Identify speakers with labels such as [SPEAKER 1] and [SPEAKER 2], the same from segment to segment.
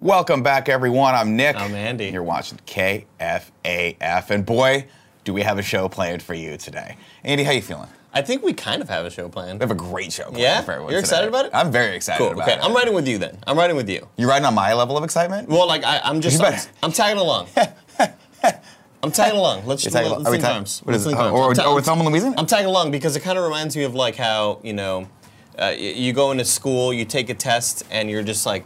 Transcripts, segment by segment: [SPEAKER 1] Welcome back, everyone. I'm Nick.
[SPEAKER 2] I'm Andy.
[SPEAKER 1] And you're watching KFAF, and boy, do we have a show planned for you today. Andy, how you feeling?
[SPEAKER 2] I think we kind of have a show planned.
[SPEAKER 1] We have a great show. Planned
[SPEAKER 2] Yeah?
[SPEAKER 1] for everyone
[SPEAKER 2] You're
[SPEAKER 1] today.
[SPEAKER 2] excited about it?
[SPEAKER 1] I'm very excited.
[SPEAKER 2] Cool.
[SPEAKER 1] About
[SPEAKER 2] Okay,
[SPEAKER 1] it.
[SPEAKER 2] I'm riding with you then. I'm riding with you.
[SPEAKER 1] You riding on my level of excitement?
[SPEAKER 2] Well, like I, I'm just,
[SPEAKER 1] You better-
[SPEAKER 2] I'm tagging along. I'm tagging along. Let's
[SPEAKER 1] You're
[SPEAKER 2] just
[SPEAKER 1] tagging al-
[SPEAKER 2] let's
[SPEAKER 1] are we
[SPEAKER 2] link
[SPEAKER 1] tag-
[SPEAKER 2] arms.
[SPEAKER 1] what
[SPEAKER 2] Let's
[SPEAKER 1] is it?
[SPEAKER 2] link
[SPEAKER 1] Oh,
[SPEAKER 2] arms.
[SPEAKER 1] or-
[SPEAKER 2] I'm
[SPEAKER 1] oh, we're thumb and Louisiana?
[SPEAKER 2] I'm tagging along because it kind of reminds me of like how you know, uh, y- you go into school, you take a test, and you're just like,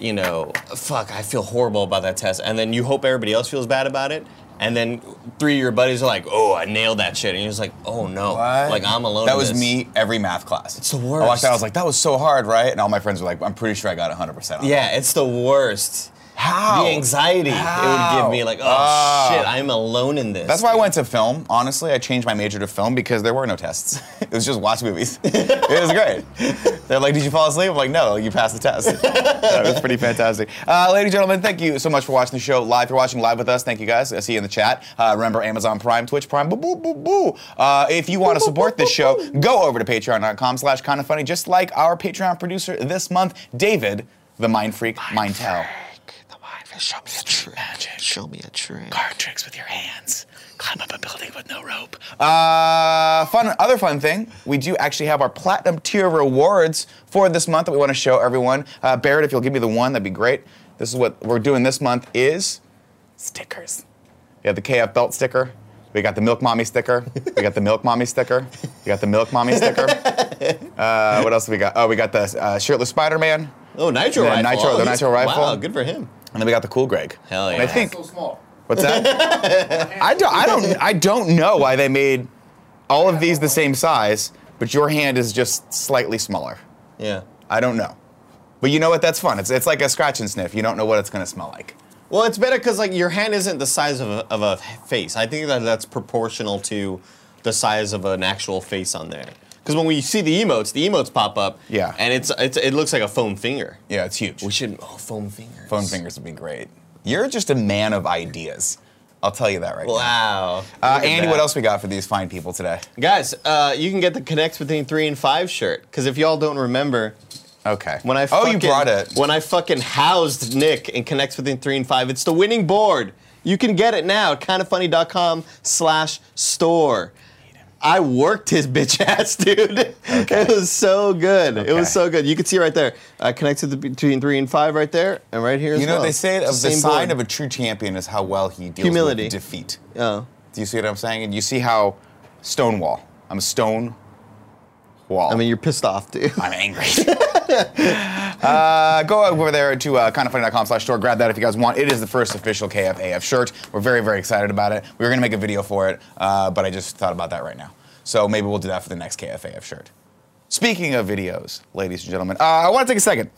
[SPEAKER 2] you know, fuck, I feel horrible about that test, and then you hope everybody else feels bad about it. And then three of your buddies are like, "Oh, I nailed that shit," and you're just like, "Oh no!"
[SPEAKER 1] What?
[SPEAKER 2] Like I'm alone.
[SPEAKER 1] That
[SPEAKER 2] in
[SPEAKER 1] was
[SPEAKER 2] this.
[SPEAKER 1] me every math class. It's
[SPEAKER 2] the
[SPEAKER 1] I walked out. I was
[SPEAKER 2] worst.
[SPEAKER 1] like, "That was so hard, right?" And all my friends were like, "I'm pretty sure I got 100 percent on that."
[SPEAKER 2] Yeah, it's the worst.
[SPEAKER 1] How?
[SPEAKER 2] The anxiety it would
[SPEAKER 1] How?
[SPEAKER 2] give me, like, oh
[SPEAKER 1] Ah.
[SPEAKER 2] shit, I'm alone in this.
[SPEAKER 1] That's why I went to film. Honestly, I changed my major to film because there were no tests. It was just watch movies. it was great. They're like, "Did you fall asleep?" I'm like, "No, you passed the test." that was pretty fantastic. Uh, ladies and gentlemen, thank you so much for watching the show live. If you're watching live with us, thank you guys. I see you in the chat. Uh, remember Amazon Prime, Twitch Prime. Boo boo boo boo. Uh, if you want to support this show, go over to Patreon.com/slash Kind of Funny. Just like our Patreon producer this month, David, the Mind Freak, Mindtel.
[SPEAKER 3] Show me a trick. Show me a trick.
[SPEAKER 1] Card tricks with your hands. Climb up a building with no rope. Uh, fun. Other fun thing, we do actually have our platinum tier rewards for this month that we want to show everyone. Uh, Barrett, if you'll give me the one, that'd be great. This is what we're doing this month is stickers. We have the KF belt sticker. We got the Milk Mommy sticker. We got the Milk Mommy sticker. We got the Milk Mommy sticker. Uh, what else do we got? Oh, we got the uh, shirtless Spider-Man.
[SPEAKER 2] Oh, Nitro
[SPEAKER 1] The
[SPEAKER 2] Rifle.
[SPEAKER 1] Nitro-
[SPEAKER 2] oh,
[SPEAKER 1] the
[SPEAKER 2] he's-
[SPEAKER 1] Nitro Rifle.
[SPEAKER 2] Wow, good for him.
[SPEAKER 1] And then we got the Cool Greg.
[SPEAKER 2] Hell
[SPEAKER 1] And I
[SPEAKER 2] yeah.
[SPEAKER 1] think,
[SPEAKER 4] so small.
[SPEAKER 1] what's that? I don't, I don't, I don't know why they made all of these the same size, but your hand is just slightly smaller.
[SPEAKER 2] Yeah.
[SPEAKER 1] I don't know. But you know what? That's fun. It's, it's like a scratch and sniff. You don't know what it's gonna smell like.
[SPEAKER 2] Well, it's better because, like, your hand isn't the size of a, of a face. I think that that's proportional to the size of an actual face on there. Because when we see the emotes, the emotes pop up.
[SPEAKER 1] Yeah.
[SPEAKER 2] And it's, it's it looks like a foam finger.
[SPEAKER 1] Yeah, it's huge.
[SPEAKER 2] We should, oh, foam fingers.
[SPEAKER 1] Phone fingers would be great. You're just a man of ideas. I'll tell you that right now.
[SPEAKER 2] Wow.
[SPEAKER 1] Uh,
[SPEAKER 2] Look at
[SPEAKER 1] Andy, what
[SPEAKER 2] that.
[SPEAKER 1] else we got for these fine people today?
[SPEAKER 2] Guys, uh, you can get the Connects Between 3 and 5 shirt. Because if y'all don't remember,
[SPEAKER 1] Okay.
[SPEAKER 2] When I
[SPEAKER 1] oh,
[SPEAKER 2] fucking,
[SPEAKER 1] you brought it.
[SPEAKER 2] When I fucking housed Nick and connects within three and five, it's the winning board. You can get it now at kindoffunny.com slash store. I worked his bitch ass, dude. It was so good. It
[SPEAKER 1] Okay.
[SPEAKER 2] was so good. You can see right there. I connected the, between three and five right there, and right here.
[SPEAKER 1] you
[SPEAKER 2] as
[SPEAKER 1] know
[SPEAKER 2] well.
[SPEAKER 1] they say
[SPEAKER 2] It's
[SPEAKER 1] of the
[SPEAKER 2] same
[SPEAKER 1] sign of
[SPEAKER 2] board.
[SPEAKER 1] a true champion is how well he deals
[SPEAKER 2] Humility.
[SPEAKER 1] with defeat.
[SPEAKER 2] Oh.
[SPEAKER 1] Do you see what I'm saying? And you see how Stonewall. I'm a stone wall.
[SPEAKER 2] I mean, you're pissed off, dude.
[SPEAKER 1] I'm angry. uh, go over there to uh, kindoffunny.com slash store. Grab that if you guys want. It is the first official KFAF shirt. We're very, very excited about it. We were going to make a video for it, uh, but I just thought about that right now. So maybe we'll do that for the next KFAF shirt. Speaking of videos, ladies and gentlemen, uh, I want to take a second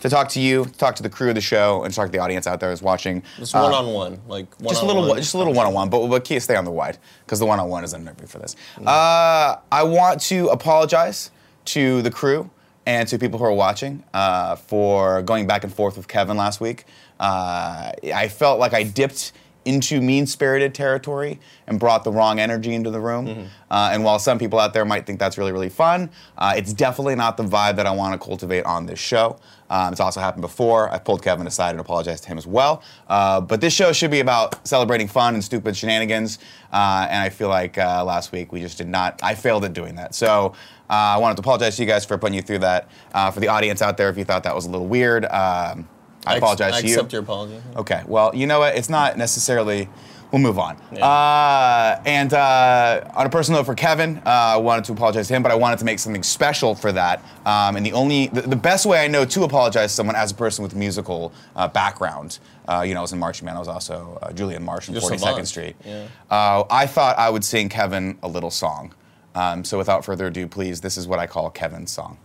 [SPEAKER 1] to talk to you, talk to the crew of the show, and talk to the audience out there who's watching.
[SPEAKER 2] Just
[SPEAKER 1] Uh,
[SPEAKER 2] one on one, like one
[SPEAKER 1] just a
[SPEAKER 2] on
[SPEAKER 1] little,
[SPEAKER 2] one.
[SPEAKER 1] just a little one-on-one, but but keep stay on the wide because the one-on-one is unnerving for this. Uh, I want to apologize to the crew and to people who are watching uh, for going back and forth with Kevin last week. Uh, I felt like I dipped into mean-spirited territory and brought the wrong energy into the room. Uh, and while some people out there might think that's really, really fun, uh, it's definitely not the vibe that I want to cultivate on this show. Um, it's also happened before. I pulled Kevin aside and apologized to him as well. Uh, but this show should be about celebrating fun and stupid shenanigans. Uh, and I feel like uh, last week we just did not, I failed at doing that. So uh, I wanted to apologize to you guys for putting you through that. Uh, for the audience out there, if you thought that was a little weird, um, I,
[SPEAKER 2] ex-
[SPEAKER 1] apologize
[SPEAKER 2] I
[SPEAKER 1] to you.
[SPEAKER 2] accept your apology.
[SPEAKER 1] Okay. Well, you know what? It's not necessarily. We'll move on.
[SPEAKER 2] Yeah.
[SPEAKER 1] Uh, and uh, on a personal note for Kevin, uh, I wanted to apologize to him, but I wanted to make something special for that. Um, and the only, the, the best way I know to apologize to someone as a person with musical uh, background, uh, you know, I was in marching band. I was also uh, Julian Marsh in
[SPEAKER 2] You're
[SPEAKER 1] 42nd
[SPEAKER 2] savant.
[SPEAKER 1] Street.
[SPEAKER 2] Yeah.
[SPEAKER 1] Uh, I thought I would sing Kevin a little song. Um, so without further ado, please, this is what I call Kevin's song.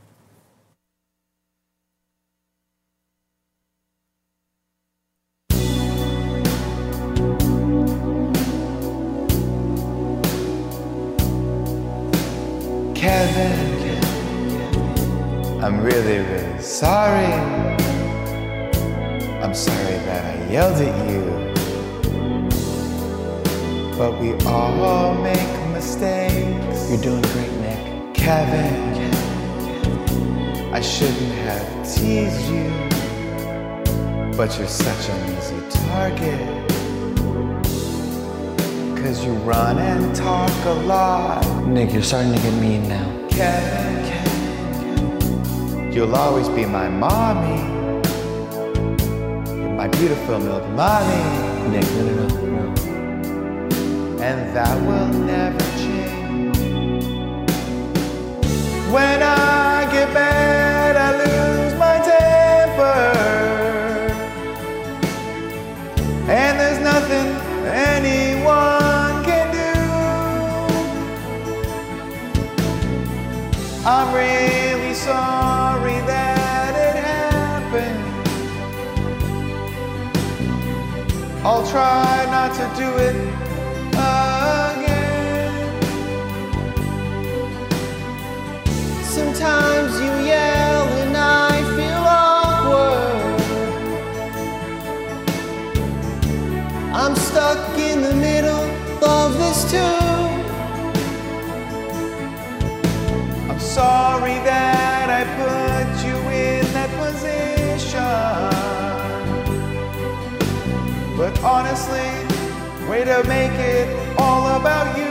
[SPEAKER 1] Kevin, I'm really, really sorry. I'm sorry that I yelled at you. But we all make mistakes. You're doing great, Nick. Kevin, I shouldn't have teased you. But you're such an easy target. Cause you run and talk a lot.
[SPEAKER 4] Nick, you're starting to get mean now.
[SPEAKER 1] Kevin, You'll always be my mommy. You're my beautiful milk mommy.
[SPEAKER 4] Nick, no, no, no, no.
[SPEAKER 1] And that will never change. When I get mad, I lose my temper. And there's nothing anyone can do. I'm really sorry that it happened. I'll try not to do it again. Sometimes you yell and I feel awkward. I'm stuck in the middle of this too. I'm sorry that I put you in that position. But honestly, way to make it all about you.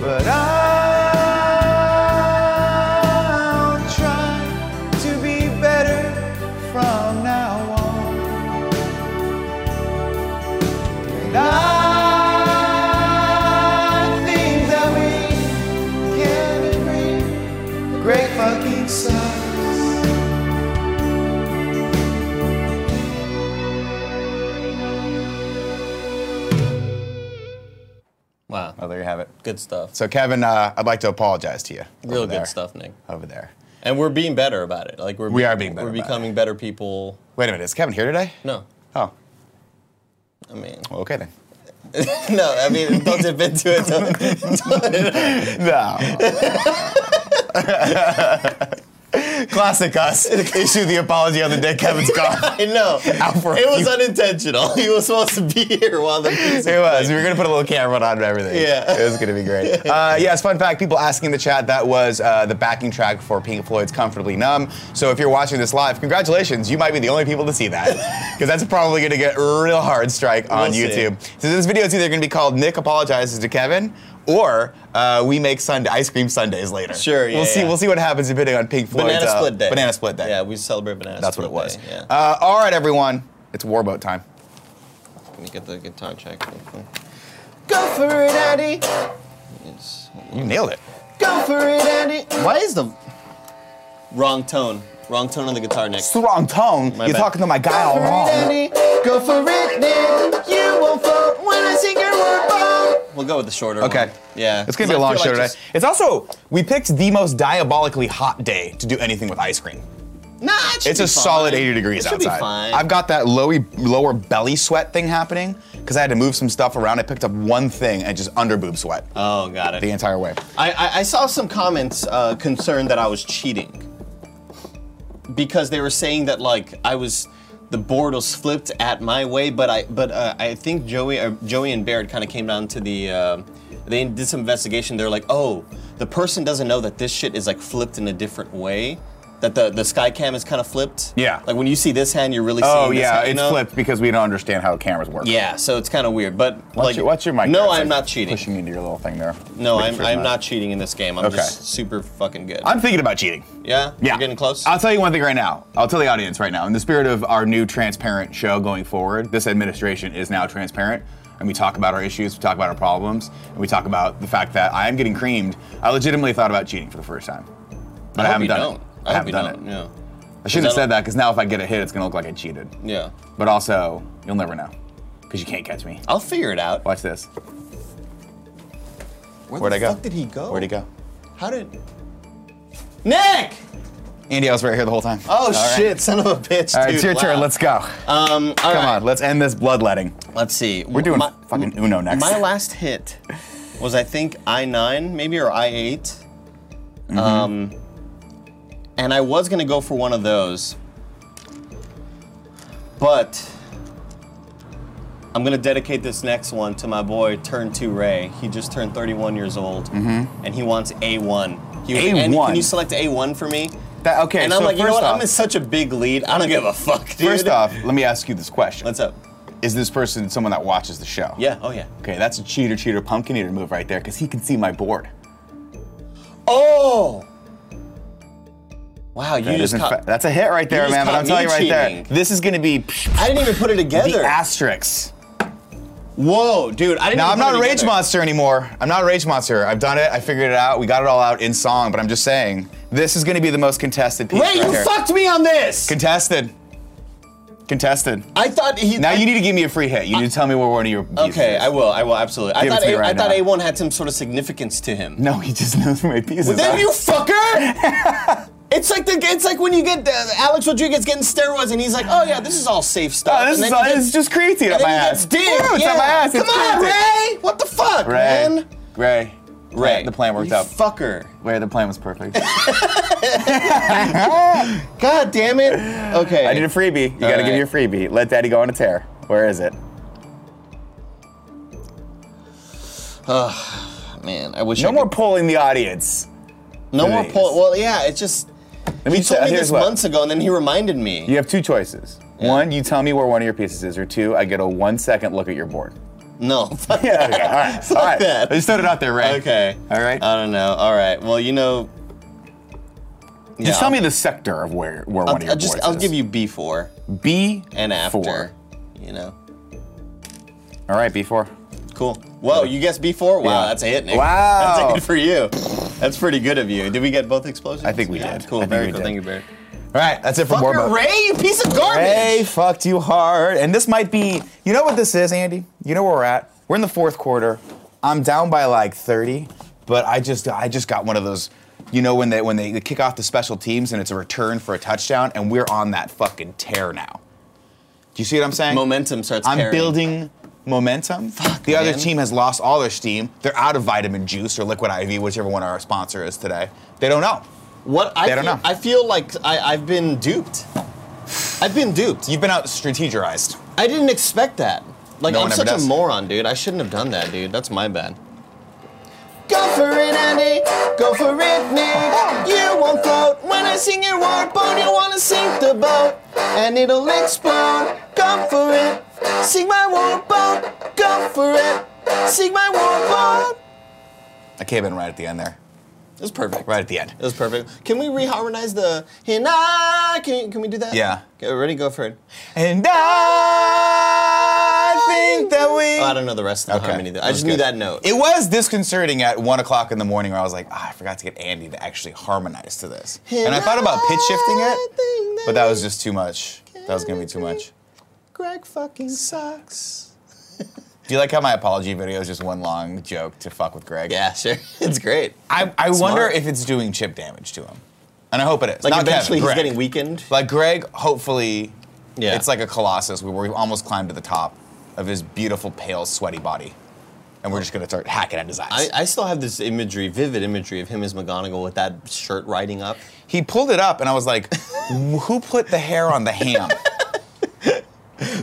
[SPEAKER 1] But I'll try to be better from now on. And I think that we can agree. Great fucking sucks.
[SPEAKER 2] Wow.
[SPEAKER 1] Oh, there you have it.
[SPEAKER 2] Good stuff.
[SPEAKER 1] So, Kevin, uh, I'd like to apologize to you. over
[SPEAKER 2] Real
[SPEAKER 1] there-
[SPEAKER 2] good stuff, Nick.
[SPEAKER 1] Over there.
[SPEAKER 2] And we're being better about it. Like we're
[SPEAKER 1] We are being better
[SPEAKER 2] We're
[SPEAKER 1] about it.
[SPEAKER 2] becoming better people.
[SPEAKER 1] Wait a minute, is Kevin here today?
[SPEAKER 2] No,
[SPEAKER 1] Oh,
[SPEAKER 2] I mean,
[SPEAKER 1] well, okay then.
[SPEAKER 2] no, I mean, don't dip into it. Don't,
[SPEAKER 1] No. Classic us. Issue the apology on the day Kevin's gone.
[SPEAKER 2] I know.
[SPEAKER 1] Out for a
[SPEAKER 2] It was
[SPEAKER 1] few-
[SPEAKER 2] unintentional. He was supposed to be here while the music.
[SPEAKER 1] It was. We were gonna put a little camera on and everything.
[SPEAKER 2] Yeah.
[SPEAKER 1] it was gonna be great. Uh, yes, fun fact. People asking in the chat that was uh, the backing track for Pink Floyd's "Comfortably Numb." So if you're watching this live, congratulations. You might be the only people to see that because that's probably gonna get a real hard strike on
[SPEAKER 2] We'll see.
[SPEAKER 1] YouTube. So this video is either gonna be called "Nick Apologizes to Kevin." Or uh, we make Sunday ice cream Sundays later.
[SPEAKER 2] Sure, yeah,
[SPEAKER 1] We'll see.
[SPEAKER 2] yeah.
[SPEAKER 1] We'll see what happens depending on Pink Floyd's
[SPEAKER 2] Banana
[SPEAKER 1] uh,
[SPEAKER 2] split day.
[SPEAKER 1] Banana split day.
[SPEAKER 2] Yeah, we celebrate banana
[SPEAKER 1] that's what
[SPEAKER 2] split
[SPEAKER 1] it was.
[SPEAKER 2] day, Yeah.
[SPEAKER 1] Uh, all right, everyone. It's warboat time.
[SPEAKER 2] Let me get the guitar check. real quick. Go for it, Andy. Yes.
[SPEAKER 1] You nailed it.
[SPEAKER 2] Go for it, Andy.
[SPEAKER 1] Why is the
[SPEAKER 2] Wrong tone. Wrong tone on the guitar, Nick.
[SPEAKER 1] It's the wrong tone.
[SPEAKER 2] My
[SPEAKER 1] You're
[SPEAKER 2] bad.
[SPEAKER 1] talking to my guy all wrong.
[SPEAKER 2] Go for it, Nick. You won't fall when I sing your word bomb. We'll go with the shorter one.
[SPEAKER 1] Okay.
[SPEAKER 2] Yeah.
[SPEAKER 1] It's gonna be a long
[SPEAKER 2] I feel
[SPEAKER 1] show
[SPEAKER 2] like
[SPEAKER 1] today.
[SPEAKER 2] just-
[SPEAKER 1] It's also we picked the most diabolically hot day to do anything with ice cream.
[SPEAKER 2] Nah, it should
[SPEAKER 1] It's a
[SPEAKER 2] be
[SPEAKER 1] solid
[SPEAKER 2] fine.
[SPEAKER 1] 80 degrees
[SPEAKER 2] it should
[SPEAKER 1] outside.
[SPEAKER 2] Be fine.
[SPEAKER 1] I've got that lowy, lower belly sweat thing happening because I had to move some stuff around. I picked up one thing and just under boob sweat
[SPEAKER 2] Oh, got
[SPEAKER 1] the
[SPEAKER 2] it.
[SPEAKER 1] entire way.
[SPEAKER 2] I, I, I saw some comments uh, concerned that I was cheating because they were saying that like I was the board was flipped at my way, but I but uh, I think Joey uh, Joey and Baird kind of came down to the uh, they did some investigation. They're like, oh, the person doesn't know that this shit is like flipped in a different way. That the, the sky cam is kind of flipped.
[SPEAKER 1] Yeah.
[SPEAKER 2] Like when you see this hand, you're really
[SPEAKER 1] Oh
[SPEAKER 2] seeing this
[SPEAKER 1] yeah,
[SPEAKER 2] hand, you
[SPEAKER 1] it's
[SPEAKER 2] know?
[SPEAKER 1] flipped because we don't understand how cameras work.
[SPEAKER 2] Yeah, so it's kind of weird. But
[SPEAKER 1] Watch,
[SPEAKER 2] like,
[SPEAKER 1] your, watch your mic. there.
[SPEAKER 2] No,
[SPEAKER 1] It's like
[SPEAKER 2] I'm not cheating.
[SPEAKER 1] Pushing into your little thing there.
[SPEAKER 2] No,
[SPEAKER 1] Make
[SPEAKER 2] I'm,
[SPEAKER 1] sure it's
[SPEAKER 2] I'm not cheating in this game. I'm
[SPEAKER 1] Okay.
[SPEAKER 2] just super fucking good.
[SPEAKER 1] I'm thinking about cheating.
[SPEAKER 2] yeah?
[SPEAKER 1] Yeah.
[SPEAKER 2] You're getting close?
[SPEAKER 1] I'll tell you one thing right now. I'll tell the audience right now. In the spirit of our new transparent show going forward, this administration is now transparent. And we talk about our issues, we talk about our problems, and we talk about the fact that I am getting creamed. I legitimately thought about cheating for the first time. But I,
[SPEAKER 2] hope
[SPEAKER 1] haven't
[SPEAKER 2] you
[SPEAKER 1] done
[SPEAKER 2] don't.
[SPEAKER 1] it.
[SPEAKER 2] I, hope
[SPEAKER 1] haven't
[SPEAKER 2] you
[SPEAKER 1] done
[SPEAKER 2] don't.
[SPEAKER 1] it.
[SPEAKER 2] Yeah.
[SPEAKER 1] I shouldn't have
[SPEAKER 2] I don't-
[SPEAKER 1] said that because now if I get a hit, it's going to look like I cheated.
[SPEAKER 2] Yeah.
[SPEAKER 1] But also, you'll never know because you can't catch me.
[SPEAKER 2] I'll figure it out.
[SPEAKER 1] Watch this.
[SPEAKER 2] Where
[SPEAKER 1] Where'd
[SPEAKER 2] the
[SPEAKER 1] I go?
[SPEAKER 2] fuck did he go?
[SPEAKER 1] Where'd he go?
[SPEAKER 2] How did. Nick!
[SPEAKER 1] Andy, I was right here the whole time.
[SPEAKER 2] Oh shit, son of a bitch.
[SPEAKER 1] All right,
[SPEAKER 2] dude.
[SPEAKER 1] it's your
[SPEAKER 2] wow.
[SPEAKER 1] turn. Let's go.
[SPEAKER 2] Um, all
[SPEAKER 1] Come
[SPEAKER 2] right,
[SPEAKER 1] on, let's end this bloodletting.
[SPEAKER 2] Let's see.
[SPEAKER 1] We're doing fucking Uno next.
[SPEAKER 2] My last hit was, I think, I9 maybe or I8. Um,
[SPEAKER 1] Mm-hmm.
[SPEAKER 2] and I was going to go for one of those. But I'm going to dedicate this next
[SPEAKER 1] Mm-hmm.
[SPEAKER 2] one to my boy, Turn 2 Ray. He just turned 31 years old and he wants A1. He was like, "Andy,
[SPEAKER 1] A1.
[SPEAKER 2] Can you select A1 for me?
[SPEAKER 1] That- okay,
[SPEAKER 2] And I'm
[SPEAKER 1] so
[SPEAKER 2] like, you know
[SPEAKER 1] first
[SPEAKER 2] what?
[SPEAKER 1] off-
[SPEAKER 2] I'm in such a big lead. I don't give a fuck, dude.
[SPEAKER 1] First off, let me ask you this question.
[SPEAKER 2] what's up?
[SPEAKER 1] Is this person someone that watches the show?
[SPEAKER 2] Yeah. Oh yeah.
[SPEAKER 1] Okay, that's a cheater, cheater, pumpkin eater move right there, because he can see my board.
[SPEAKER 2] Oh. Wow, you
[SPEAKER 1] That is
[SPEAKER 2] just
[SPEAKER 1] in
[SPEAKER 2] caught.
[SPEAKER 1] fa- that's a hit right there,
[SPEAKER 2] just
[SPEAKER 1] man. But
[SPEAKER 2] caught
[SPEAKER 1] I'm telling you
[SPEAKER 2] me
[SPEAKER 1] right there,
[SPEAKER 2] cheating.
[SPEAKER 1] this is gonna be
[SPEAKER 2] I didn't even put it together.
[SPEAKER 1] the asterisks.
[SPEAKER 2] Whoa, dude! I didn't.
[SPEAKER 1] Now I'm
[SPEAKER 2] even put
[SPEAKER 1] not
[SPEAKER 2] it
[SPEAKER 1] a rage
[SPEAKER 2] together.
[SPEAKER 1] monster anymore. I'm not a rage monster. I've done it. I figured it out. We got it all out in song. But I'm just saying, this is gonna be the most contested piece.
[SPEAKER 2] Wait,
[SPEAKER 1] right
[SPEAKER 2] you
[SPEAKER 1] here.
[SPEAKER 2] fucked me on this.
[SPEAKER 1] Contested. Contested.
[SPEAKER 2] I thought he.
[SPEAKER 1] Now
[SPEAKER 2] I-
[SPEAKER 1] you need to give me a free hit. You need to tell me where one of your. pieces
[SPEAKER 2] Uh, Okay,
[SPEAKER 1] is.
[SPEAKER 2] I will. I will absolutely. I
[SPEAKER 1] Give it
[SPEAKER 2] thought
[SPEAKER 1] to me
[SPEAKER 2] A-
[SPEAKER 1] right
[SPEAKER 2] I thought
[SPEAKER 1] now.
[SPEAKER 2] A1 had some sort of significance to him.
[SPEAKER 1] No, he just knows my pieces.
[SPEAKER 2] Then you fucker! It's like the, it's like when you get uh, Alex Rodriguez getting steroids and he's like, oh yeah, this is all safe stuff.
[SPEAKER 1] Oh, this
[SPEAKER 2] and
[SPEAKER 1] is
[SPEAKER 2] then he
[SPEAKER 1] it's
[SPEAKER 2] gets-
[SPEAKER 1] just creatine
[SPEAKER 2] and
[SPEAKER 1] up my
[SPEAKER 2] then he
[SPEAKER 1] ass.
[SPEAKER 2] gets digged.
[SPEAKER 1] Woo, it's
[SPEAKER 2] yeah.
[SPEAKER 1] up my ass.
[SPEAKER 2] Come
[SPEAKER 1] it's
[SPEAKER 2] on,
[SPEAKER 1] creatine.
[SPEAKER 2] Ray! What the fuck,
[SPEAKER 1] Ray.
[SPEAKER 2] man?
[SPEAKER 1] Ray.
[SPEAKER 2] Ray,
[SPEAKER 1] The plan worked
[SPEAKER 2] you
[SPEAKER 1] out.
[SPEAKER 2] Fucker!
[SPEAKER 1] Ray, the plan was perfect.
[SPEAKER 2] God damn it! Okay.
[SPEAKER 1] I need a freebie. You gotta
[SPEAKER 2] All
[SPEAKER 1] give me a freebie. Let daddy go on a tear. Where is it?
[SPEAKER 2] man. I wish I
[SPEAKER 1] No
[SPEAKER 2] could-
[SPEAKER 1] more polling the audience.
[SPEAKER 2] No more
[SPEAKER 1] days.
[SPEAKER 2] pull. Well, yeah, it's just
[SPEAKER 1] Let me
[SPEAKER 2] he told
[SPEAKER 1] tell-
[SPEAKER 2] me
[SPEAKER 1] here's
[SPEAKER 2] this
[SPEAKER 1] what.
[SPEAKER 2] months ago, and then he reminded me.
[SPEAKER 1] You have two choices. One, you tell me where one of your pieces is, or two, I get a one second look at your board.
[SPEAKER 2] No. fuck
[SPEAKER 1] Yeah, okay, all right. all right.
[SPEAKER 2] that.
[SPEAKER 1] I just throw it out there, Ray.
[SPEAKER 2] Okay.
[SPEAKER 1] All right.
[SPEAKER 2] I don't know. All right. Well, you know. Yeah,
[SPEAKER 1] Just tell
[SPEAKER 2] I'll-
[SPEAKER 1] me the sector of where, where
[SPEAKER 2] I'll,
[SPEAKER 1] one of your
[SPEAKER 2] I'll just
[SPEAKER 1] boards
[SPEAKER 2] I'll
[SPEAKER 1] is.
[SPEAKER 2] give you B4
[SPEAKER 1] B
[SPEAKER 2] and after.
[SPEAKER 1] Four.
[SPEAKER 2] You know.
[SPEAKER 1] All right, B four.
[SPEAKER 2] Cool. Whoa, you guessed B4? Wow,
[SPEAKER 1] Yeah.
[SPEAKER 2] that's a hit, Nick.
[SPEAKER 1] Wow.
[SPEAKER 2] That's a hit for you. That's pretty good of you. Did we get both explosions?
[SPEAKER 1] I think we
[SPEAKER 2] Yeah,
[SPEAKER 1] did. I
[SPEAKER 2] Cool.
[SPEAKER 1] think
[SPEAKER 2] Very
[SPEAKER 1] we
[SPEAKER 2] cool.
[SPEAKER 1] did.
[SPEAKER 2] Thank you, Barry.
[SPEAKER 1] All right, that's it for board
[SPEAKER 2] Fucker
[SPEAKER 1] mode.
[SPEAKER 2] Ray, you piece of garbage.
[SPEAKER 1] Ray fucked you hard. And this might be, you know what this is, Andy? You know where we're at. We're in the fourth quarter. I'm down by like 30, but I just I just got one of those, you know, when they when they kick off the special teams and it's a return for a touchdown, and we're on that fucking tear now. Do you see what I'm saying?
[SPEAKER 2] Momentum starts
[SPEAKER 1] I'm
[SPEAKER 2] carrying.
[SPEAKER 1] building momentum. the other
[SPEAKER 2] man.
[SPEAKER 1] team has lost all their steam. They're out of vitamin juice or liquid IV, whichever one our sponsor is today. They don't know.
[SPEAKER 2] What I
[SPEAKER 1] They don't
[SPEAKER 2] feel,
[SPEAKER 1] know.
[SPEAKER 2] I feel like I, I've been duped. I've been duped.
[SPEAKER 1] You've been out strategized.
[SPEAKER 2] I didn't expect that. Like
[SPEAKER 1] No
[SPEAKER 2] I'm
[SPEAKER 1] one ever
[SPEAKER 2] such
[SPEAKER 1] does.
[SPEAKER 2] a moron, dude. I shouldn't have done that, dude. That's my bad. Go for it, Andy. Go for it, Nick. You won't float when I sing your word. Bone, you wanna sink the boat, and it'll explode. Go for it. Sing my war boat. Go for it. Sing my war boat.
[SPEAKER 1] I came in right at the end there.
[SPEAKER 2] It was perfect.
[SPEAKER 1] Right at the end.
[SPEAKER 2] It was perfect. Can we reharmonize the and I? Can, can we do that?
[SPEAKER 1] Yeah.
[SPEAKER 2] Okay, ready? Go for it.
[SPEAKER 1] And I think that we.
[SPEAKER 2] Oh, I don't know the rest of the harmony. though. I
[SPEAKER 1] was
[SPEAKER 2] just
[SPEAKER 1] good.
[SPEAKER 2] knew that note.
[SPEAKER 1] It was disconcerting at one o'clock in the morning where I was like, ah, I forgot to get Andy to actually harmonize to this. And I thought about pitch shifting it, but that was just too much. That was gonna be too much.
[SPEAKER 2] Greg fucking sucks.
[SPEAKER 1] Do you like how my apology video is just one long joke to fuck with Greg?
[SPEAKER 2] Yeah, sure. It's great.
[SPEAKER 1] I, I wonder
[SPEAKER 2] Smart.
[SPEAKER 1] if it's doing chip damage to him. And I hope it is.
[SPEAKER 2] Like
[SPEAKER 1] Not
[SPEAKER 2] eventually
[SPEAKER 1] Kevin,
[SPEAKER 2] he's
[SPEAKER 1] Greg.
[SPEAKER 2] getting weakened.
[SPEAKER 1] Like Greg, hopefully,
[SPEAKER 2] Yeah.
[SPEAKER 1] it's like a colossus. We were we almost climbed to the top of his beautiful, pale, sweaty body, and we're just gonna start hacking at his eyes.
[SPEAKER 2] I, I still have this imagery, vivid imagery of him as McGonagall with that shirt riding up.
[SPEAKER 1] he pulled it up, and I was like, "Who put the hair on the ham?"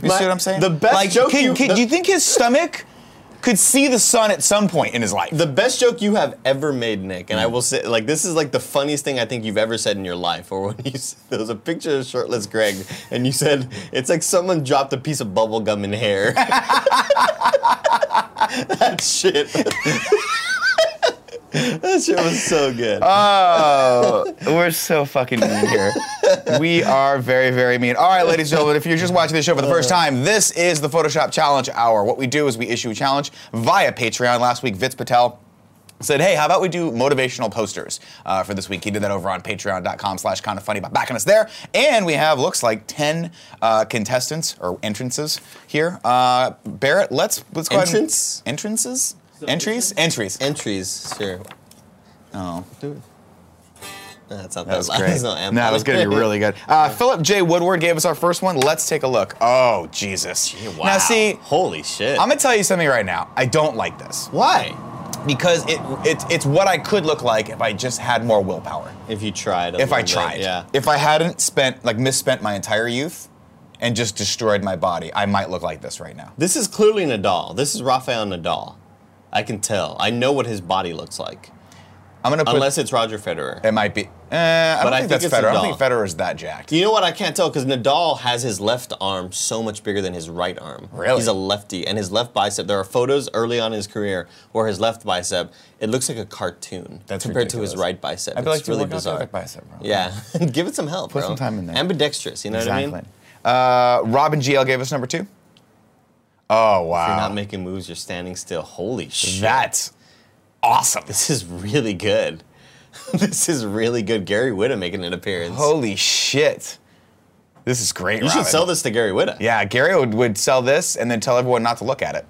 [SPEAKER 1] You
[SPEAKER 2] My-
[SPEAKER 1] see what I'm saying?
[SPEAKER 2] the best
[SPEAKER 1] like,
[SPEAKER 2] joke
[SPEAKER 1] can-
[SPEAKER 2] you-
[SPEAKER 1] can-
[SPEAKER 2] the-
[SPEAKER 1] do you think his stomach could see the sun at some point in his life?
[SPEAKER 2] The best joke you have ever made, Nick, and
[SPEAKER 1] Mm.
[SPEAKER 2] I will say, like, this is like the funniest thing I think you've ever said in your life. Or when you said, there was a picture of shirtless Greg, and you said it's like someone dropped a piece of bubblegum in hair. that shit. that shit was so good.
[SPEAKER 1] Uh, Oh, we're so fucking mean here. We are very, very mean. All right, ladies and gentlemen, if you're just watching this show for the first time, this is the Photoshop Challenge Hour. What we do is we issue a challenge via Patreon. Last week, Vitz Patel said, hey, how about we do motivational posters uh, for this week? He did that over on patreon.com slash kind of funny by backing us there. And we have, looks like, 10 uh, contestants or entrances here. Uh, Barrett, let's, let's go
[SPEAKER 2] Entrance?
[SPEAKER 1] ahead and... Entrances? Entries? Entries.
[SPEAKER 2] Entries, sure.
[SPEAKER 1] Oh.
[SPEAKER 2] Do it. No, That's not that,
[SPEAKER 1] That was
[SPEAKER 2] loud.
[SPEAKER 1] great.
[SPEAKER 2] There's no
[SPEAKER 1] no,
[SPEAKER 2] amp
[SPEAKER 1] that
[SPEAKER 2] on
[SPEAKER 1] was
[SPEAKER 2] it.
[SPEAKER 1] going to be really good. Uh, Philip J. Woodward gave us our first one. Let's take a look. Oh, Jesus.
[SPEAKER 2] wow.
[SPEAKER 1] Now, see,
[SPEAKER 2] holy shit.
[SPEAKER 1] I'm going to tell you something right now. I don't like this
[SPEAKER 2] Why?
[SPEAKER 1] because it, it it's what I could look like if I just had more willpower.
[SPEAKER 2] If you tried. A
[SPEAKER 1] If I
[SPEAKER 2] little bit,
[SPEAKER 1] tried.
[SPEAKER 2] yeah.
[SPEAKER 1] If I hadn't spent, like, misspent my entire youth and just destroyed my body, I might look like this right now.
[SPEAKER 2] This is clearly Nadal. This is Rafael Nadal. I can tell. I know what his body looks like.
[SPEAKER 1] I'm gonna put.
[SPEAKER 2] Unless it's Roger Federer.
[SPEAKER 1] it might be. Eh, I don't
[SPEAKER 2] I
[SPEAKER 1] think,
[SPEAKER 2] think
[SPEAKER 1] that's
[SPEAKER 2] it's
[SPEAKER 1] Federer. I don't think
[SPEAKER 2] Nadal.
[SPEAKER 1] Federer's that jacked.
[SPEAKER 2] You know what? I can't tell because Nadal has his left arm so much bigger than his right arm.
[SPEAKER 1] Really?
[SPEAKER 2] He's a lefty, and his left bicep. There are photos early on in his career where his left bicep it looks like a cartoon
[SPEAKER 1] That's
[SPEAKER 2] compared to his
[SPEAKER 1] ridiculous.
[SPEAKER 2] right bicep.
[SPEAKER 1] I feel like
[SPEAKER 2] it's
[SPEAKER 1] to
[SPEAKER 2] really
[SPEAKER 1] work out the
[SPEAKER 2] bizarre.
[SPEAKER 1] right bicep, bro.
[SPEAKER 2] Yeah, give it some help.
[SPEAKER 1] Put
[SPEAKER 2] bro.
[SPEAKER 1] some time in there.
[SPEAKER 2] Ambidextrous. You know
[SPEAKER 1] Exactly.
[SPEAKER 2] what I mean?
[SPEAKER 1] Uh, Robin GL gave us number two. Oh wow.
[SPEAKER 2] You're not making moves. You're standing still. Holy shit!
[SPEAKER 1] That's awesome.
[SPEAKER 2] this is really good. this is really good. Gary Whitta making an appearance.
[SPEAKER 1] Holy shit. This is great.
[SPEAKER 2] you should
[SPEAKER 1] Robin.
[SPEAKER 2] sell this to Gary Whitta.
[SPEAKER 1] Yeah, Gary would, would sell this and then tell everyone not to look at it.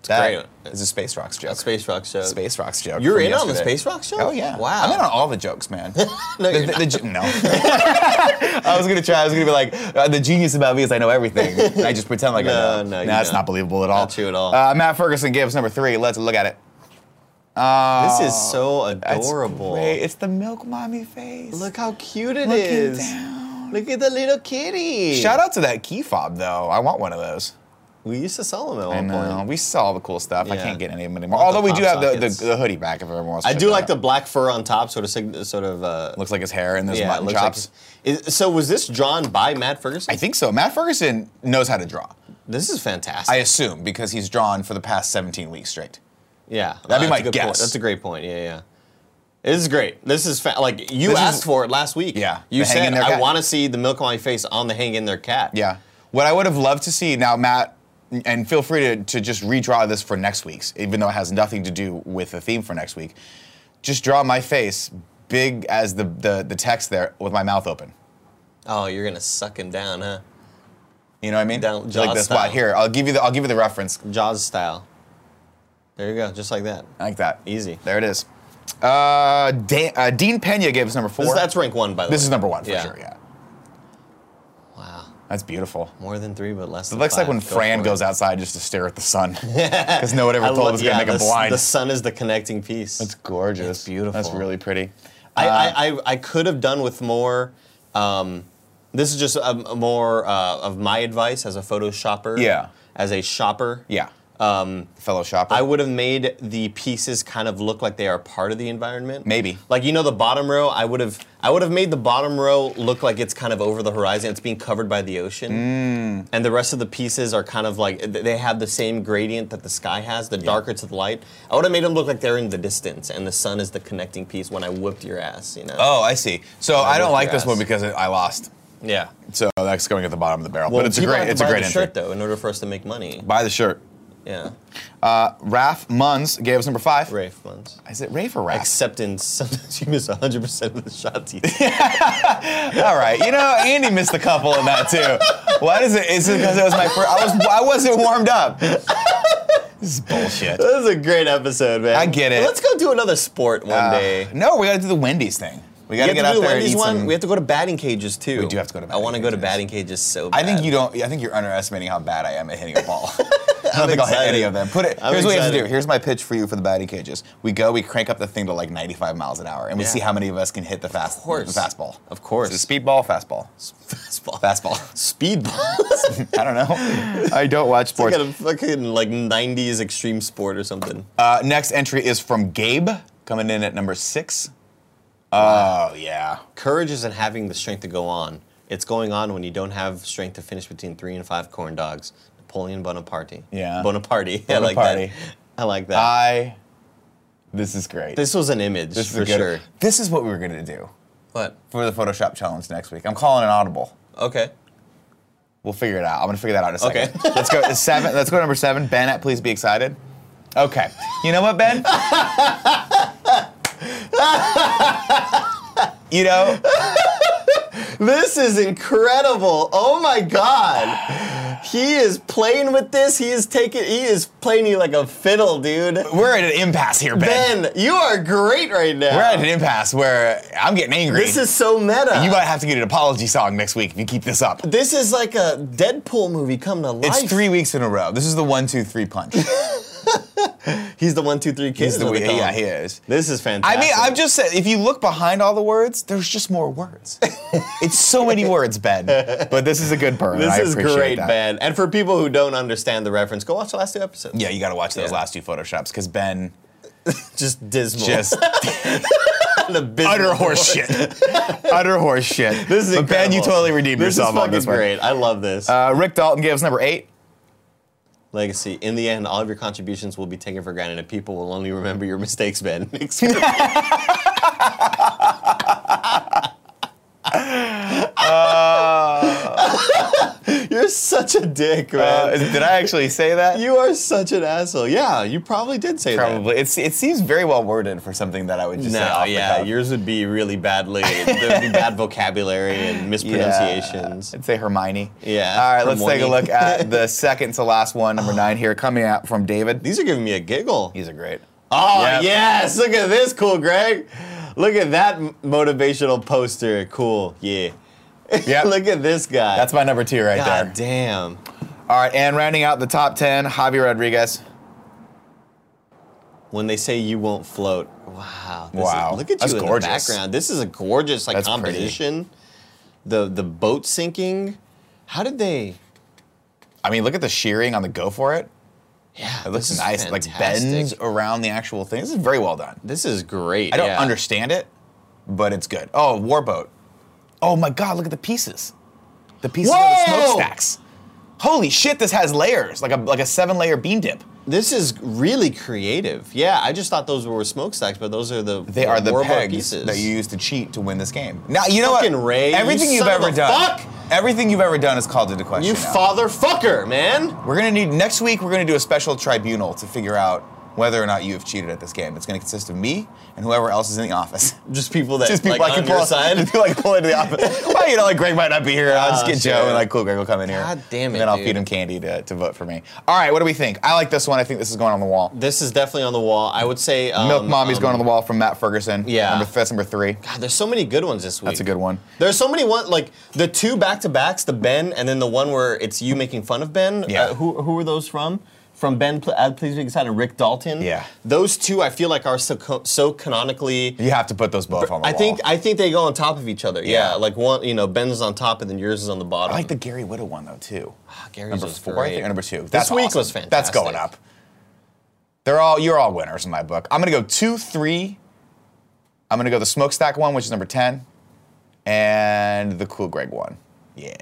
[SPEAKER 1] It's
[SPEAKER 2] great.
[SPEAKER 1] It's a Space Rocks joke.
[SPEAKER 2] Space Rock show.
[SPEAKER 1] Space Rocks joke.
[SPEAKER 2] You're
[SPEAKER 1] from
[SPEAKER 2] in on the
[SPEAKER 1] yesterday.
[SPEAKER 2] Space Rock show.
[SPEAKER 1] Oh yeah.
[SPEAKER 2] Wow.
[SPEAKER 1] I'm in on all the jokes, man.
[SPEAKER 2] No,
[SPEAKER 1] The-
[SPEAKER 2] you're
[SPEAKER 1] the- the ge- no. I was gonna try. I was gonna be like, uh, the genius about me is I know everything. And I just pretend like
[SPEAKER 2] No,
[SPEAKER 1] I know.
[SPEAKER 2] no, you
[SPEAKER 1] that's
[SPEAKER 2] don't.
[SPEAKER 1] not believable at all.
[SPEAKER 2] Not true at all.
[SPEAKER 1] Uh, Matt Ferguson gave us number three. Let's look at it.
[SPEAKER 2] This is so
[SPEAKER 1] That's
[SPEAKER 2] adorable.
[SPEAKER 1] great. It's the milk mommy face.
[SPEAKER 2] Look how cute it
[SPEAKER 1] Looking
[SPEAKER 2] is.
[SPEAKER 1] down.
[SPEAKER 2] Look at the little kitty.
[SPEAKER 1] Shout out to that key fob though. I want one of those.
[SPEAKER 2] We used to sell them at
[SPEAKER 1] I
[SPEAKER 2] one
[SPEAKER 1] know.
[SPEAKER 2] point.
[SPEAKER 1] We saw all the cool stuff. I
[SPEAKER 2] Oh, Yeah.
[SPEAKER 1] can't get any of them anymore.
[SPEAKER 2] Not
[SPEAKER 1] Although
[SPEAKER 2] the
[SPEAKER 1] we do have
[SPEAKER 2] pop
[SPEAKER 1] the, the,
[SPEAKER 2] sockets.
[SPEAKER 1] the hoodie back if everyone wants. to
[SPEAKER 2] I
[SPEAKER 1] check
[SPEAKER 2] do
[SPEAKER 1] that
[SPEAKER 2] like
[SPEAKER 1] out.
[SPEAKER 2] the black fur on top, sort of, sig- sort of. Uh,
[SPEAKER 1] Looks like his hair and those
[SPEAKER 2] yeah, it
[SPEAKER 1] mutton
[SPEAKER 2] looks like-
[SPEAKER 1] chops.
[SPEAKER 2] Is- so was this drawn by Matt Ferguson?
[SPEAKER 1] I think so. Matt Ferguson knows how to draw.
[SPEAKER 2] this is fantastic.
[SPEAKER 1] I assume because he's drawn for the past 17 weeks straight.
[SPEAKER 2] yeah,
[SPEAKER 1] That'd be
[SPEAKER 2] that's
[SPEAKER 1] my
[SPEAKER 2] a good
[SPEAKER 1] guess.
[SPEAKER 2] Point. That's a great point. Yeah, yeah. This is great. This is fa- like you
[SPEAKER 1] This is-
[SPEAKER 2] asked for it last week.
[SPEAKER 1] Yeah,
[SPEAKER 2] you
[SPEAKER 1] the hang in
[SPEAKER 2] said
[SPEAKER 1] their
[SPEAKER 2] I
[SPEAKER 1] cat."
[SPEAKER 2] want to see the milk on my face on the hang in their cat.
[SPEAKER 1] Yeah. What I would have loved to see now, Matt, and feel free to, to just redraw this for next week's, even though it has nothing to do with the theme for next week. Just draw my face big as the, the, the text there with my mouth open.
[SPEAKER 2] Oh, you're gonna suck him down, huh?
[SPEAKER 1] You know what I mean?
[SPEAKER 2] Down-
[SPEAKER 1] Just like
[SPEAKER 2] jaw
[SPEAKER 1] the spot
[SPEAKER 2] style.
[SPEAKER 1] here. I'll give you the I'll give you the reference.
[SPEAKER 2] Jaws style. There you go, just like that.
[SPEAKER 1] Like that.
[SPEAKER 2] Easy.
[SPEAKER 1] There it is. Uh, Dan, uh, Dean Pena gave us number four.
[SPEAKER 2] This, that's rank one, by the way.
[SPEAKER 1] This is number one for
[SPEAKER 2] Yeah.
[SPEAKER 1] sure. Yeah,
[SPEAKER 2] Wow.
[SPEAKER 1] that's beautiful.
[SPEAKER 2] More than three, but less
[SPEAKER 1] It
[SPEAKER 2] than
[SPEAKER 1] looks like
[SPEAKER 2] five.
[SPEAKER 1] when
[SPEAKER 2] Go
[SPEAKER 1] Fran
[SPEAKER 2] for it.
[SPEAKER 1] goes outside just to stare at the sun because no one
[SPEAKER 2] I
[SPEAKER 1] ever told
[SPEAKER 2] love-
[SPEAKER 1] us it's gonna
[SPEAKER 2] yeah,
[SPEAKER 1] make him
[SPEAKER 2] the s-
[SPEAKER 1] blind.
[SPEAKER 2] The sun is the connecting piece.
[SPEAKER 1] That's gorgeous.
[SPEAKER 2] It's beautiful.
[SPEAKER 1] That's really pretty.
[SPEAKER 2] I,
[SPEAKER 1] Uh,
[SPEAKER 2] I, I, I could have done with more. Um, this is just a, a more uh, of my advice as a photo shopper.
[SPEAKER 1] Yeah.
[SPEAKER 2] As a shopper.
[SPEAKER 1] Yeah.
[SPEAKER 2] Um,
[SPEAKER 1] Fellow shopper.
[SPEAKER 2] I would have made the pieces kind of look like they are part of the environment.
[SPEAKER 1] Maybe.
[SPEAKER 2] Like you know the bottom row, I would have I would have made the bottom row look like it's kind of over the horizon, it's being covered by the ocean.
[SPEAKER 1] Mm.
[SPEAKER 2] And the rest of the pieces are kind of like th- they have the same gradient that the sky has, the darker to the light. I would have made them look like they're in the distance and the sun is the connecting piece when I whipped your ass, you know.
[SPEAKER 1] oh, I see. So I don't
[SPEAKER 2] look
[SPEAKER 1] like
[SPEAKER 2] your
[SPEAKER 1] this one
[SPEAKER 2] ass.
[SPEAKER 1] because it, I lost.
[SPEAKER 2] Yeah.
[SPEAKER 1] So that's going at the bottom of the barrel. but it's a
[SPEAKER 2] people
[SPEAKER 1] great
[SPEAKER 2] have to
[SPEAKER 1] it's a
[SPEAKER 2] buy
[SPEAKER 1] great
[SPEAKER 2] the
[SPEAKER 1] entry.
[SPEAKER 2] shirt though in order for us to make money.
[SPEAKER 1] Buy the shirt. Uh,
[SPEAKER 2] Yeah.
[SPEAKER 1] Raf Munns gave us number five.
[SPEAKER 2] Rafe ones.
[SPEAKER 1] Is it Rafe or Raf?
[SPEAKER 2] Acceptance. Sometimes you miss 100% of the shots you take.
[SPEAKER 1] All right, you know Andy missed a couple in that too. Why does it? Is it because it was my first? I was I wasn't warmed up. Uh, This is bullshit.
[SPEAKER 2] That was a great episode, man.
[SPEAKER 1] I get it.
[SPEAKER 2] Let's go do another sport one day.
[SPEAKER 1] No, we got to do the Wendy's thing. We got
[SPEAKER 2] We
[SPEAKER 1] to get
[SPEAKER 2] have to
[SPEAKER 1] out
[SPEAKER 2] do the
[SPEAKER 1] there
[SPEAKER 2] Wendy's
[SPEAKER 1] and eat
[SPEAKER 2] one.
[SPEAKER 1] some.
[SPEAKER 2] We have to go to batting cages too.
[SPEAKER 1] We do have to go to
[SPEAKER 2] I want to
[SPEAKER 1] batting
[SPEAKER 2] go to
[SPEAKER 1] cages.
[SPEAKER 2] batting cages so bad.
[SPEAKER 1] I think you don't. I think you're underestimating how bad I am at hitting a ball. I don't think I'll hit
[SPEAKER 2] excited.
[SPEAKER 1] any of them. Put it.
[SPEAKER 2] I'm
[SPEAKER 1] here's what we have to do.
[SPEAKER 2] excited.
[SPEAKER 1] Here's my pitch for you for the batting cages. We go. We crank up the thing to like 95 miles an hour, and we
[SPEAKER 2] Yeah.
[SPEAKER 1] see how many of us can hit the fast.
[SPEAKER 2] Of course.
[SPEAKER 1] The fastball.
[SPEAKER 2] Of course.
[SPEAKER 1] Is it speedball, fastball,
[SPEAKER 2] fastball.
[SPEAKER 1] fastball.
[SPEAKER 2] Speedball.
[SPEAKER 1] I don't know. I don't watch
[SPEAKER 2] like
[SPEAKER 1] sports.
[SPEAKER 2] a fucking like '90s extreme sport or something.
[SPEAKER 1] Uh, next entry is from Gabe, coming in at number six. Oh yeah.
[SPEAKER 2] Courage isn't having the strength to go on. It's going on when you don't have strength to finish between three and five corn dogs. Napoleon Bonaparte.
[SPEAKER 1] Yeah.
[SPEAKER 2] Bonaparte. I like that.
[SPEAKER 1] Bonaparte.
[SPEAKER 2] I like that.
[SPEAKER 1] I. This is great.
[SPEAKER 2] this was an image
[SPEAKER 1] This is
[SPEAKER 2] for
[SPEAKER 1] a good-
[SPEAKER 2] sure.
[SPEAKER 1] This is what we were gonna do
[SPEAKER 2] What?
[SPEAKER 1] for the Photoshop challenge next week. I'm calling an audible.
[SPEAKER 2] Okay.
[SPEAKER 1] We'll figure it out. I'm gonna figure that out in a second.
[SPEAKER 2] Okay.
[SPEAKER 1] let's go seven. Let's go to number seven. Ben at please be excited. Okay. You know what, Ben? you know,
[SPEAKER 2] This is incredible. Oh my god. He is playing with this. He is taking he is playing you like a fiddle, dude.
[SPEAKER 1] we're at an impasse here, Ben.
[SPEAKER 2] Ben, you are great right now.
[SPEAKER 1] We're at an impasse where I'm getting angry.
[SPEAKER 2] This is so meta.
[SPEAKER 1] you might have to get an apology song next week if you keep this up.
[SPEAKER 2] this is like a Deadpool movie come to
[SPEAKER 1] It's
[SPEAKER 2] life.
[SPEAKER 1] three weeks in a row. This is the one, two, three punch.
[SPEAKER 2] He's the one, two, three kids.
[SPEAKER 1] He's the way, yeah, he is.
[SPEAKER 2] This is
[SPEAKER 1] I
[SPEAKER 2] fantastic.
[SPEAKER 1] mean, I'm just saying, if you look behind all the words, there's just more words. it's so many words, Ben. But this is a good burn.
[SPEAKER 2] This
[SPEAKER 1] I
[SPEAKER 2] is
[SPEAKER 1] appreciate
[SPEAKER 2] great,
[SPEAKER 1] that.
[SPEAKER 2] Ben. And for people who don't understand the reference, go watch the last two episodes.
[SPEAKER 1] Yeah, you got to watch those
[SPEAKER 2] Yeah.
[SPEAKER 1] last two photoshops because Ben
[SPEAKER 2] just dismal.
[SPEAKER 1] Just
[SPEAKER 2] an abysmal
[SPEAKER 1] utter horse
[SPEAKER 2] voice.
[SPEAKER 1] shit. utter horse shit.
[SPEAKER 2] This is
[SPEAKER 1] but Ben, you
[SPEAKER 2] incredible.
[SPEAKER 1] totally redeemed
[SPEAKER 2] this
[SPEAKER 1] yourself
[SPEAKER 2] is fucking
[SPEAKER 1] on this one.
[SPEAKER 2] great. I love this.
[SPEAKER 1] Uh, Rick Dalton gave us number eight.
[SPEAKER 2] Legacy. In the end, all of your contributions will be taken for granted, and people will only remember your mistakes, Ben. You're such a dick,
[SPEAKER 1] Uh,
[SPEAKER 2] man.
[SPEAKER 1] is- did I actually say that?
[SPEAKER 2] you are such an asshole. Yeah, you probably did say that.
[SPEAKER 1] Probably. It's, it seems very well worded for something that I would just say
[SPEAKER 2] No,
[SPEAKER 1] off the
[SPEAKER 2] yeah,
[SPEAKER 1] cuff.
[SPEAKER 2] yours would be really badly. There would be bad vocabulary and mispronunciations.
[SPEAKER 1] Yeah, I'd say Hermione.
[SPEAKER 2] Yeah,
[SPEAKER 1] All right, let's take a
[SPEAKER 2] Hermione.
[SPEAKER 1] look at the second to last one, number nine here, coming out from David.
[SPEAKER 2] These are giving me a giggle.
[SPEAKER 1] These are great.
[SPEAKER 2] Oh,
[SPEAKER 1] Yep.
[SPEAKER 2] yes. Look at this, cool, Greg. Look at that m- motivational poster. Cool, yeah.
[SPEAKER 1] Yep.
[SPEAKER 2] Look at this guy.
[SPEAKER 1] That's my number two right
[SPEAKER 2] God
[SPEAKER 1] there.
[SPEAKER 2] damn.
[SPEAKER 1] All right, and rounding out the top 10, Javier Rodriguez.
[SPEAKER 2] When they say you won't float. Wow. this is-
[SPEAKER 1] Wow,
[SPEAKER 2] look at you
[SPEAKER 1] that's
[SPEAKER 2] in
[SPEAKER 1] gorgeous.
[SPEAKER 2] the background. This is a gorgeous like
[SPEAKER 1] That's pretty.
[SPEAKER 2] composition. The the boat sinking. How did they
[SPEAKER 1] I mean, look at the shearing on the go for it.
[SPEAKER 2] Yeah.
[SPEAKER 1] It looks
[SPEAKER 2] this is
[SPEAKER 1] nice. Like
[SPEAKER 2] fantastic.
[SPEAKER 1] bends around the actual thing. This is very well done.
[SPEAKER 2] This is great.
[SPEAKER 1] I don't
[SPEAKER 2] yeah.
[SPEAKER 1] understand it, but it's good. Oh, warboat. Oh my god, look at the pieces. The pieces of the
[SPEAKER 2] Whoa!
[SPEAKER 1] smokestacks. Holy shit, this has layers, like a like a seven-layer bean dip.
[SPEAKER 2] This is really creative. Yeah, I just thought those were smokestacks, but those are the
[SPEAKER 1] They are the
[SPEAKER 2] warboat
[SPEAKER 1] pegs
[SPEAKER 2] pieces.
[SPEAKER 1] that you use to cheat to win this game. Now you know
[SPEAKER 2] Fucking
[SPEAKER 1] what?
[SPEAKER 2] Ray, you
[SPEAKER 1] everything have
[SPEAKER 2] son of
[SPEAKER 1] ever
[SPEAKER 2] a
[SPEAKER 1] done,
[SPEAKER 2] fuck!
[SPEAKER 1] everything you've ever done is called into question.
[SPEAKER 2] You
[SPEAKER 1] now.
[SPEAKER 2] fatherfucker, man.
[SPEAKER 1] We're gonna need next week. We're gonna do a special tribunal to figure out whether or not you have cheated at this game. It's gonna consist of me and whoever else is in the office.
[SPEAKER 2] Just people that
[SPEAKER 1] Just people
[SPEAKER 2] like,
[SPEAKER 1] I can
[SPEAKER 2] on
[SPEAKER 1] pull
[SPEAKER 2] your side.
[SPEAKER 1] People I can pull into the office. well, you know, like Greg might not be here. I'll just
[SPEAKER 2] Ah,
[SPEAKER 1] get
[SPEAKER 2] sure.
[SPEAKER 1] Joe and like, cool, Greg will come in here.
[SPEAKER 2] God damn it,
[SPEAKER 1] And then I'll
[SPEAKER 2] dude.
[SPEAKER 1] feed him candy to, to vote for me. All right, what do we think? I like this one. I think this is going on the wall.
[SPEAKER 2] This is definitely on the wall. I would say um,
[SPEAKER 1] Milk Mommy's
[SPEAKER 2] um,
[SPEAKER 1] going on the wall from Matt Ferguson.
[SPEAKER 2] Yeah.
[SPEAKER 1] Number, that's number three.
[SPEAKER 2] God, there's so many good ones this week.
[SPEAKER 1] That's a good one.
[SPEAKER 2] There's so many one like the two back to backs, the Ben, and then the one where it's you making fun of Ben.
[SPEAKER 1] Yeah.
[SPEAKER 2] Uh, who who are those from? From Ben, Pl- uh, please make excited. Rick Dalton.
[SPEAKER 1] Yeah.
[SPEAKER 2] Those two, I feel like are so co- so canonically.
[SPEAKER 1] You have to put those both on the
[SPEAKER 2] I
[SPEAKER 1] wall.
[SPEAKER 2] think I think they go on top of each other. Yeah.
[SPEAKER 1] Yeah.
[SPEAKER 2] Like one, you know, Ben's on top, and then yours is on the bottom.
[SPEAKER 1] I
[SPEAKER 2] Ah,
[SPEAKER 1] like the Gary Widow one though too.
[SPEAKER 2] Gary's
[SPEAKER 1] number
[SPEAKER 2] was
[SPEAKER 1] four, I
[SPEAKER 2] great.
[SPEAKER 1] think, or number two.
[SPEAKER 2] This
[SPEAKER 1] That's
[SPEAKER 2] week
[SPEAKER 1] awesome.
[SPEAKER 2] was fantastic.
[SPEAKER 1] That's going up. They're all you're all winners in my book. I'm gonna go two, three. I'm gonna go the smokestack one, which is number ten, and the cool Greg one. Yeah,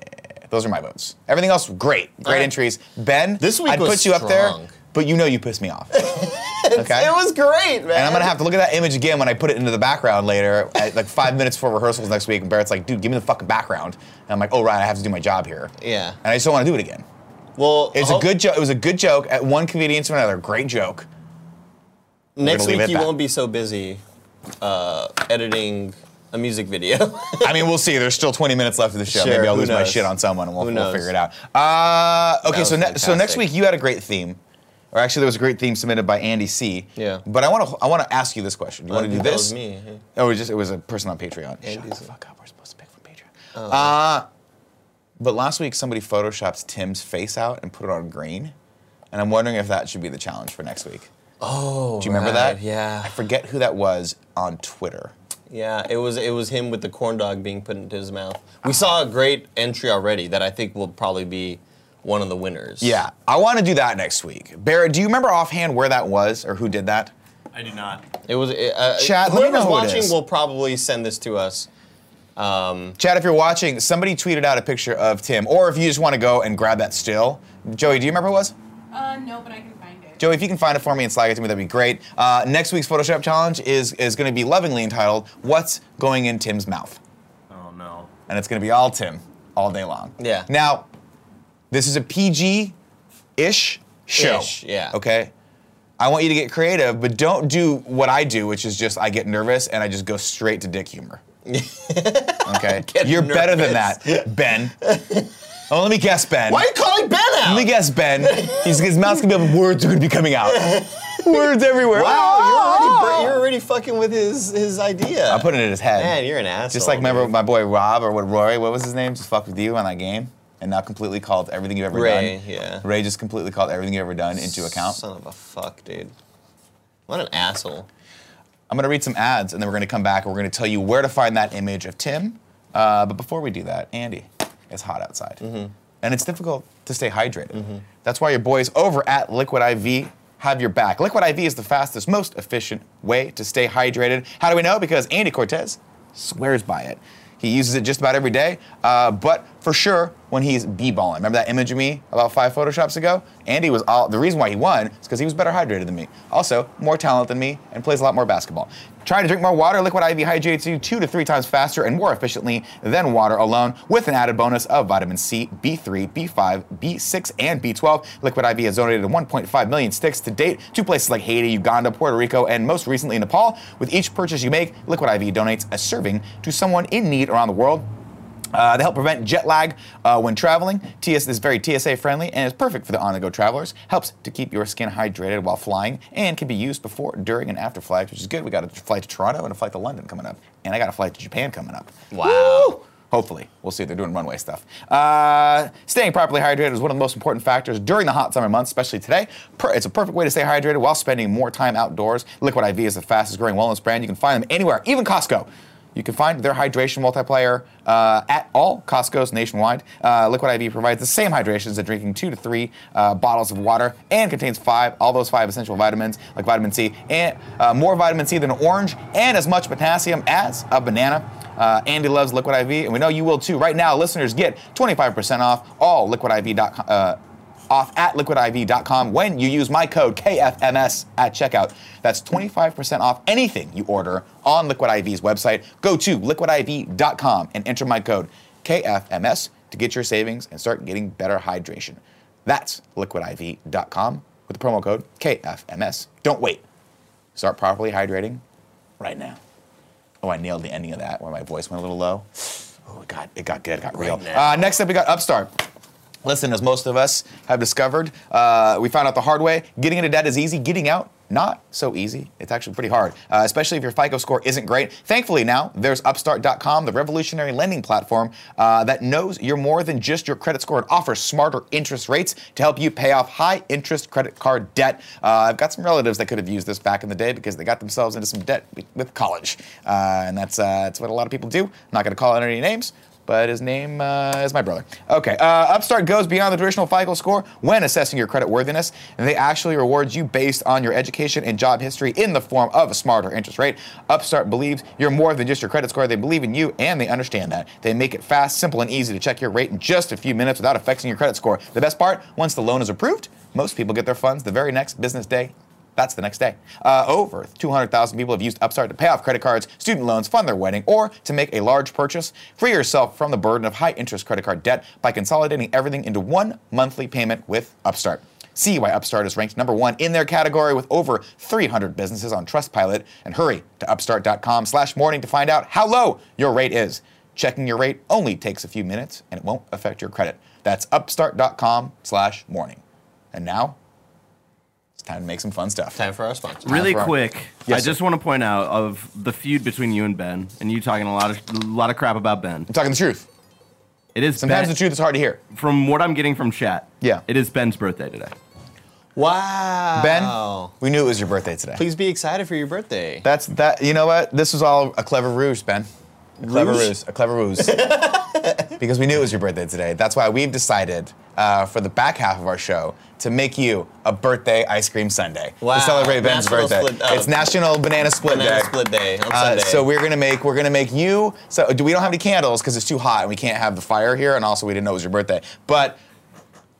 [SPEAKER 1] those are my votes. Everything else, great, great
[SPEAKER 2] right.
[SPEAKER 1] entries. Ben,
[SPEAKER 2] This week
[SPEAKER 1] I'd
[SPEAKER 2] was
[SPEAKER 1] put you up there,
[SPEAKER 2] strong.
[SPEAKER 1] but you know you pissed me off. okay.
[SPEAKER 2] It was great, man.
[SPEAKER 1] and I'm gonna have to look at that image again when I put it into the background later, at like five minutes before rehearsals next week. And Barrett's like, "Dude, give me the fucking background." And I'm like, "Oh, right, I have to do my job here."
[SPEAKER 2] Yeah.
[SPEAKER 1] And I just don't want to do it again.
[SPEAKER 2] Well,
[SPEAKER 1] It's
[SPEAKER 2] hope-
[SPEAKER 1] a good joke. It was a good joke at one comedian to another. Great joke.
[SPEAKER 2] Next
[SPEAKER 1] leave it
[SPEAKER 2] week
[SPEAKER 1] at
[SPEAKER 2] you
[SPEAKER 1] that.
[SPEAKER 2] won't be so busy uh, editing a music video.
[SPEAKER 1] I mean, we'll see. There's still 20 minutes left of the show.
[SPEAKER 2] Sure,
[SPEAKER 1] Maybe I'll
[SPEAKER 2] who
[SPEAKER 1] lose my
[SPEAKER 2] knows?
[SPEAKER 1] shit on someone, and we'll,
[SPEAKER 2] Who
[SPEAKER 1] we'll
[SPEAKER 2] knows?
[SPEAKER 1] figure it out. Uh, okay,
[SPEAKER 2] was
[SPEAKER 1] so ne- so next
[SPEAKER 2] fantastic.
[SPEAKER 1] week you had a great theme, or actually there was a great theme submitted by Andy C.
[SPEAKER 2] Yeah.
[SPEAKER 1] But I want to I want to ask you this question. You want to do
[SPEAKER 2] think
[SPEAKER 1] this?
[SPEAKER 2] that was me, yeah.
[SPEAKER 1] Oh, it was just it was a person on Patreon.
[SPEAKER 2] Andy
[SPEAKER 1] Shut the
[SPEAKER 2] C.
[SPEAKER 1] fuck up. We're supposed to pick from Patreon.
[SPEAKER 2] Oh.
[SPEAKER 1] Uh, but last week somebody photoshopped Tim's face out and put it on green, and I'm wondering if that should be the challenge for next week.
[SPEAKER 2] oh,
[SPEAKER 1] Do you remember that?
[SPEAKER 2] Yeah,
[SPEAKER 1] I forget who that was on Twitter.
[SPEAKER 2] yeah. It was it was him with the corn dog being put into his mouth. We saw a great entry already that I think will probably be one of the winners.
[SPEAKER 1] Yeah, I want to do that next week. Barrett, do you remember offhand where that was or who did that?
[SPEAKER 5] I do not.
[SPEAKER 2] it was. Uh,
[SPEAKER 1] Chat, let me
[SPEAKER 2] whoever's
[SPEAKER 1] know who it
[SPEAKER 2] watching
[SPEAKER 1] is.
[SPEAKER 2] will probably send this to us. Um,
[SPEAKER 1] Chad, if you're watching, somebody tweeted out a picture of Tim, or if you just want to go and grab that still. Joey, do you remember who it was?
[SPEAKER 6] Uh, no, but I can find it.
[SPEAKER 1] Joey, if you can find it for me and slag it to me, that'd be great. Uh, next week's Photoshop challenge is is going to be lovingly entitled "What's Going in Tim's Mouth,"
[SPEAKER 5] Oh no.
[SPEAKER 1] and it's going to be all Tim all day long.
[SPEAKER 2] Yeah.
[SPEAKER 1] Now, this is a PG-ish show.
[SPEAKER 2] Ish, yeah.
[SPEAKER 1] Okay. I want you to get creative, but don't do what I do, which is just I get nervous and I just go straight to dick humor. Okay. You're better than that, Ben. Oh, let me guess, Ben.
[SPEAKER 2] why are you calling Ben out?
[SPEAKER 1] Let me guess, Ben. He's, his mouth's gonna be up, words are gonna be coming out. words everywhere.
[SPEAKER 2] Wow, you're already br- you're already fucking with his his idea.
[SPEAKER 1] I put it in his head.
[SPEAKER 2] Man, you're an asshole.
[SPEAKER 1] Just like remember my boy Rob or what Rory, what was his name? Just fucked with you on that game, and now completely called everything you've ever
[SPEAKER 2] Ray,
[SPEAKER 1] done.
[SPEAKER 2] yeah.
[SPEAKER 1] Ray just completely called everything you've ever done into account.
[SPEAKER 2] Son of a fuck, dude. What an asshole.
[SPEAKER 1] I'm gonna read some ads, and then we're gonna come back, and we're gonna tell you where to find that image of Tim. Uh, but before we do that, Andy, it's hot outside, and it's difficult to stay hydrated. That's why your boys over at Liquid IV have your back. Liquid IV is the fastest, most efficient way to stay hydrated. How do we know? Because Andy Cortez swears by it. He uses it just about every day, uh, but for sure when he's b-balling. Remember that image of me about five photoshops ago? Andy was all the reason why he won is because he was better hydrated than me. Also, more talent than me and plays a lot more basketball. Try to drink more water. Liquid IV hydrates you two to three times faster and more efficiently than water alone, with an added bonus of vitamin C, B3, B5, B6, and B12. Liquid IV has donated 1.5 million sticks to date to places like Haiti, Uganda, Puerto Rico, and most recently Nepal. With each purchase you make, Liquid IV donates a serving to someone in need around the world. Uh, they help prevent jet lag uh, when traveling. TS is very TSA friendly and is perfect for the on-the-go travelers. Helps to keep your skin hydrated while flying and can be used before, during, and after flights, which is good. We got a flight to Toronto and a flight to London coming up, and I got a flight to Japan coming up.
[SPEAKER 2] Wow.
[SPEAKER 1] Woo! Hopefully, we'll see. They're doing runway stuff. Uh, staying properly hydrated is one of the most important factors during the hot summer months, especially today. Per- it's a perfect way to stay hydrated while spending more time outdoors. Liquid IV is the fastest growing wellness brand. You can find them anywhere, even Costco. You can find their hydration multiplier uh, at all Costco's nationwide. Uh, Liquid IV provides the same hydration as drinking two to three uh, bottles of water and contains five, all those five essential vitamins like vitamin C, and uh, more vitamin C than an orange, and as much potassium as a banana. Uh, Andy loves Liquid IV, and we know you will too. Right now, listeners get 25% off all liquidiv.com. Uh, off at liquidiv.com when you use my code KFMS at checkout. That's 25% off anything you order on Liquid IV's website. Go to liquidiv.com and enter my code KFMS to get your savings and start getting better hydration. That's liquidiv.com with the promo code KFMS. Don't wait. Start properly hydrating right now. Oh, I nailed the ending of that where my voice went a little low. Oh, it got it got good. It got real.
[SPEAKER 2] now.
[SPEAKER 1] Uh, next up, we got Upstart. Listen, as most of us have discovered, uh, we found out the hard way. Getting into debt is easy. Getting out, not so easy. It's actually pretty hard, uh, especially if your FICO score isn't great. Thankfully, now there's Upstart.com, the revolutionary lending platform uh, that knows you're more than just your credit score. It offers smarter interest rates to help you pay off high interest credit card debt. Uh, I've got some relatives that could have used this back in the day because they got themselves into some debt with- with college, uh, and that's uh, that's what a lot of people do. I'm not going to call out any names but his name uh, is my brother. Okay, uh, Upstart goes beyond the traditional FICO score when assessing your credit worthiness, and they actually reward you based on your education and job history in the form of a smarter interest rate. Upstart believes you're more than just your credit score; they believe in you, and they understand that. They make it fast, simple, and easy to check your rate in just a few minutes without affecting your credit score. The best part: once the loan is approved, most people get their funds the very next business day that's the next day. Uh, over 200,000 people have used Upstart to pay off credit cards, student loans, fund their wedding, or to make a large purchase. Free yourself from the burden of high interest credit card debt by consolidating everything into one monthly payment with Upstart. See why Upstart is ranked number one in their category with over 300 businesses on Trustpilot. And hurry to upstart.com slash morning to find out how low your rate is. Checking your rate only takes a few minutes and it won't affect your credit. That's upstart.com slash morning. And now, it's time to make some fun stuff.
[SPEAKER 2] Time for our sponsor.
[SPEAKER 5] Really
[SPEAKER 1] for-
[SPEAKER 5] quick,
[SPEAKER 1] Yes,
[SPEAKER 5] I just
[SPEAKER 1] sir.
[SPEAKER 5] want to point out of the feud between you and Ben, and you talking a lot of a lot of crap about Ben.
[SPEAKER 1] I'm talking the truth.
[SPEAKER 5] It is
[SPEAKER 1] Sometimes
[SPEAKER 5] ben,
[SPEAKER 1] the truth is hard to hear.
[SPEAKER 5] from what I'm getting from chat.
[SPEAKER 1] Yeah.
[SPEAKER 5] it is Ben's birthday today.
[SPEAKER 2] Wow.
[SPEAKER 1] Ben,
[SPEAKER 2] Oh.
[SPEAKER 1] we knew it was your birthday today.
[SPEAKER 2] Please be excited for your birthday.
[SPEAKER 1] That's that. You know what? This was all a clever ruse, Ben. A clever
[SPEAKER 2] Ruse?
[SPEAKER 1] ruse. A clever ruse. because we knew it was your birthday today. That's why we've decided uh, for the back half of our show to make you a birthday ice cream sundae
[SPEAKER 2] Wow.
[SPEAKER 1] to celebrate Ben's
[SPEAKER 2] National
[SPEAKER 1] birthday.
[SPEAKER 2] split- oh.
[SPEAKER 1] It's National Banana Split
[SPEAKER 2] Banana
[SPEAKER 1] Day.
[SPEAKER 2] split day on
[SPEAKER 1] Uh,
[SPEAKER 2] Sunday.
[SPEAKER 1] so we're gonna make we're gonna make you. So do we don't have any candles because it's too hot and we can't have the fire here, and also we didn't know it was your birthday. But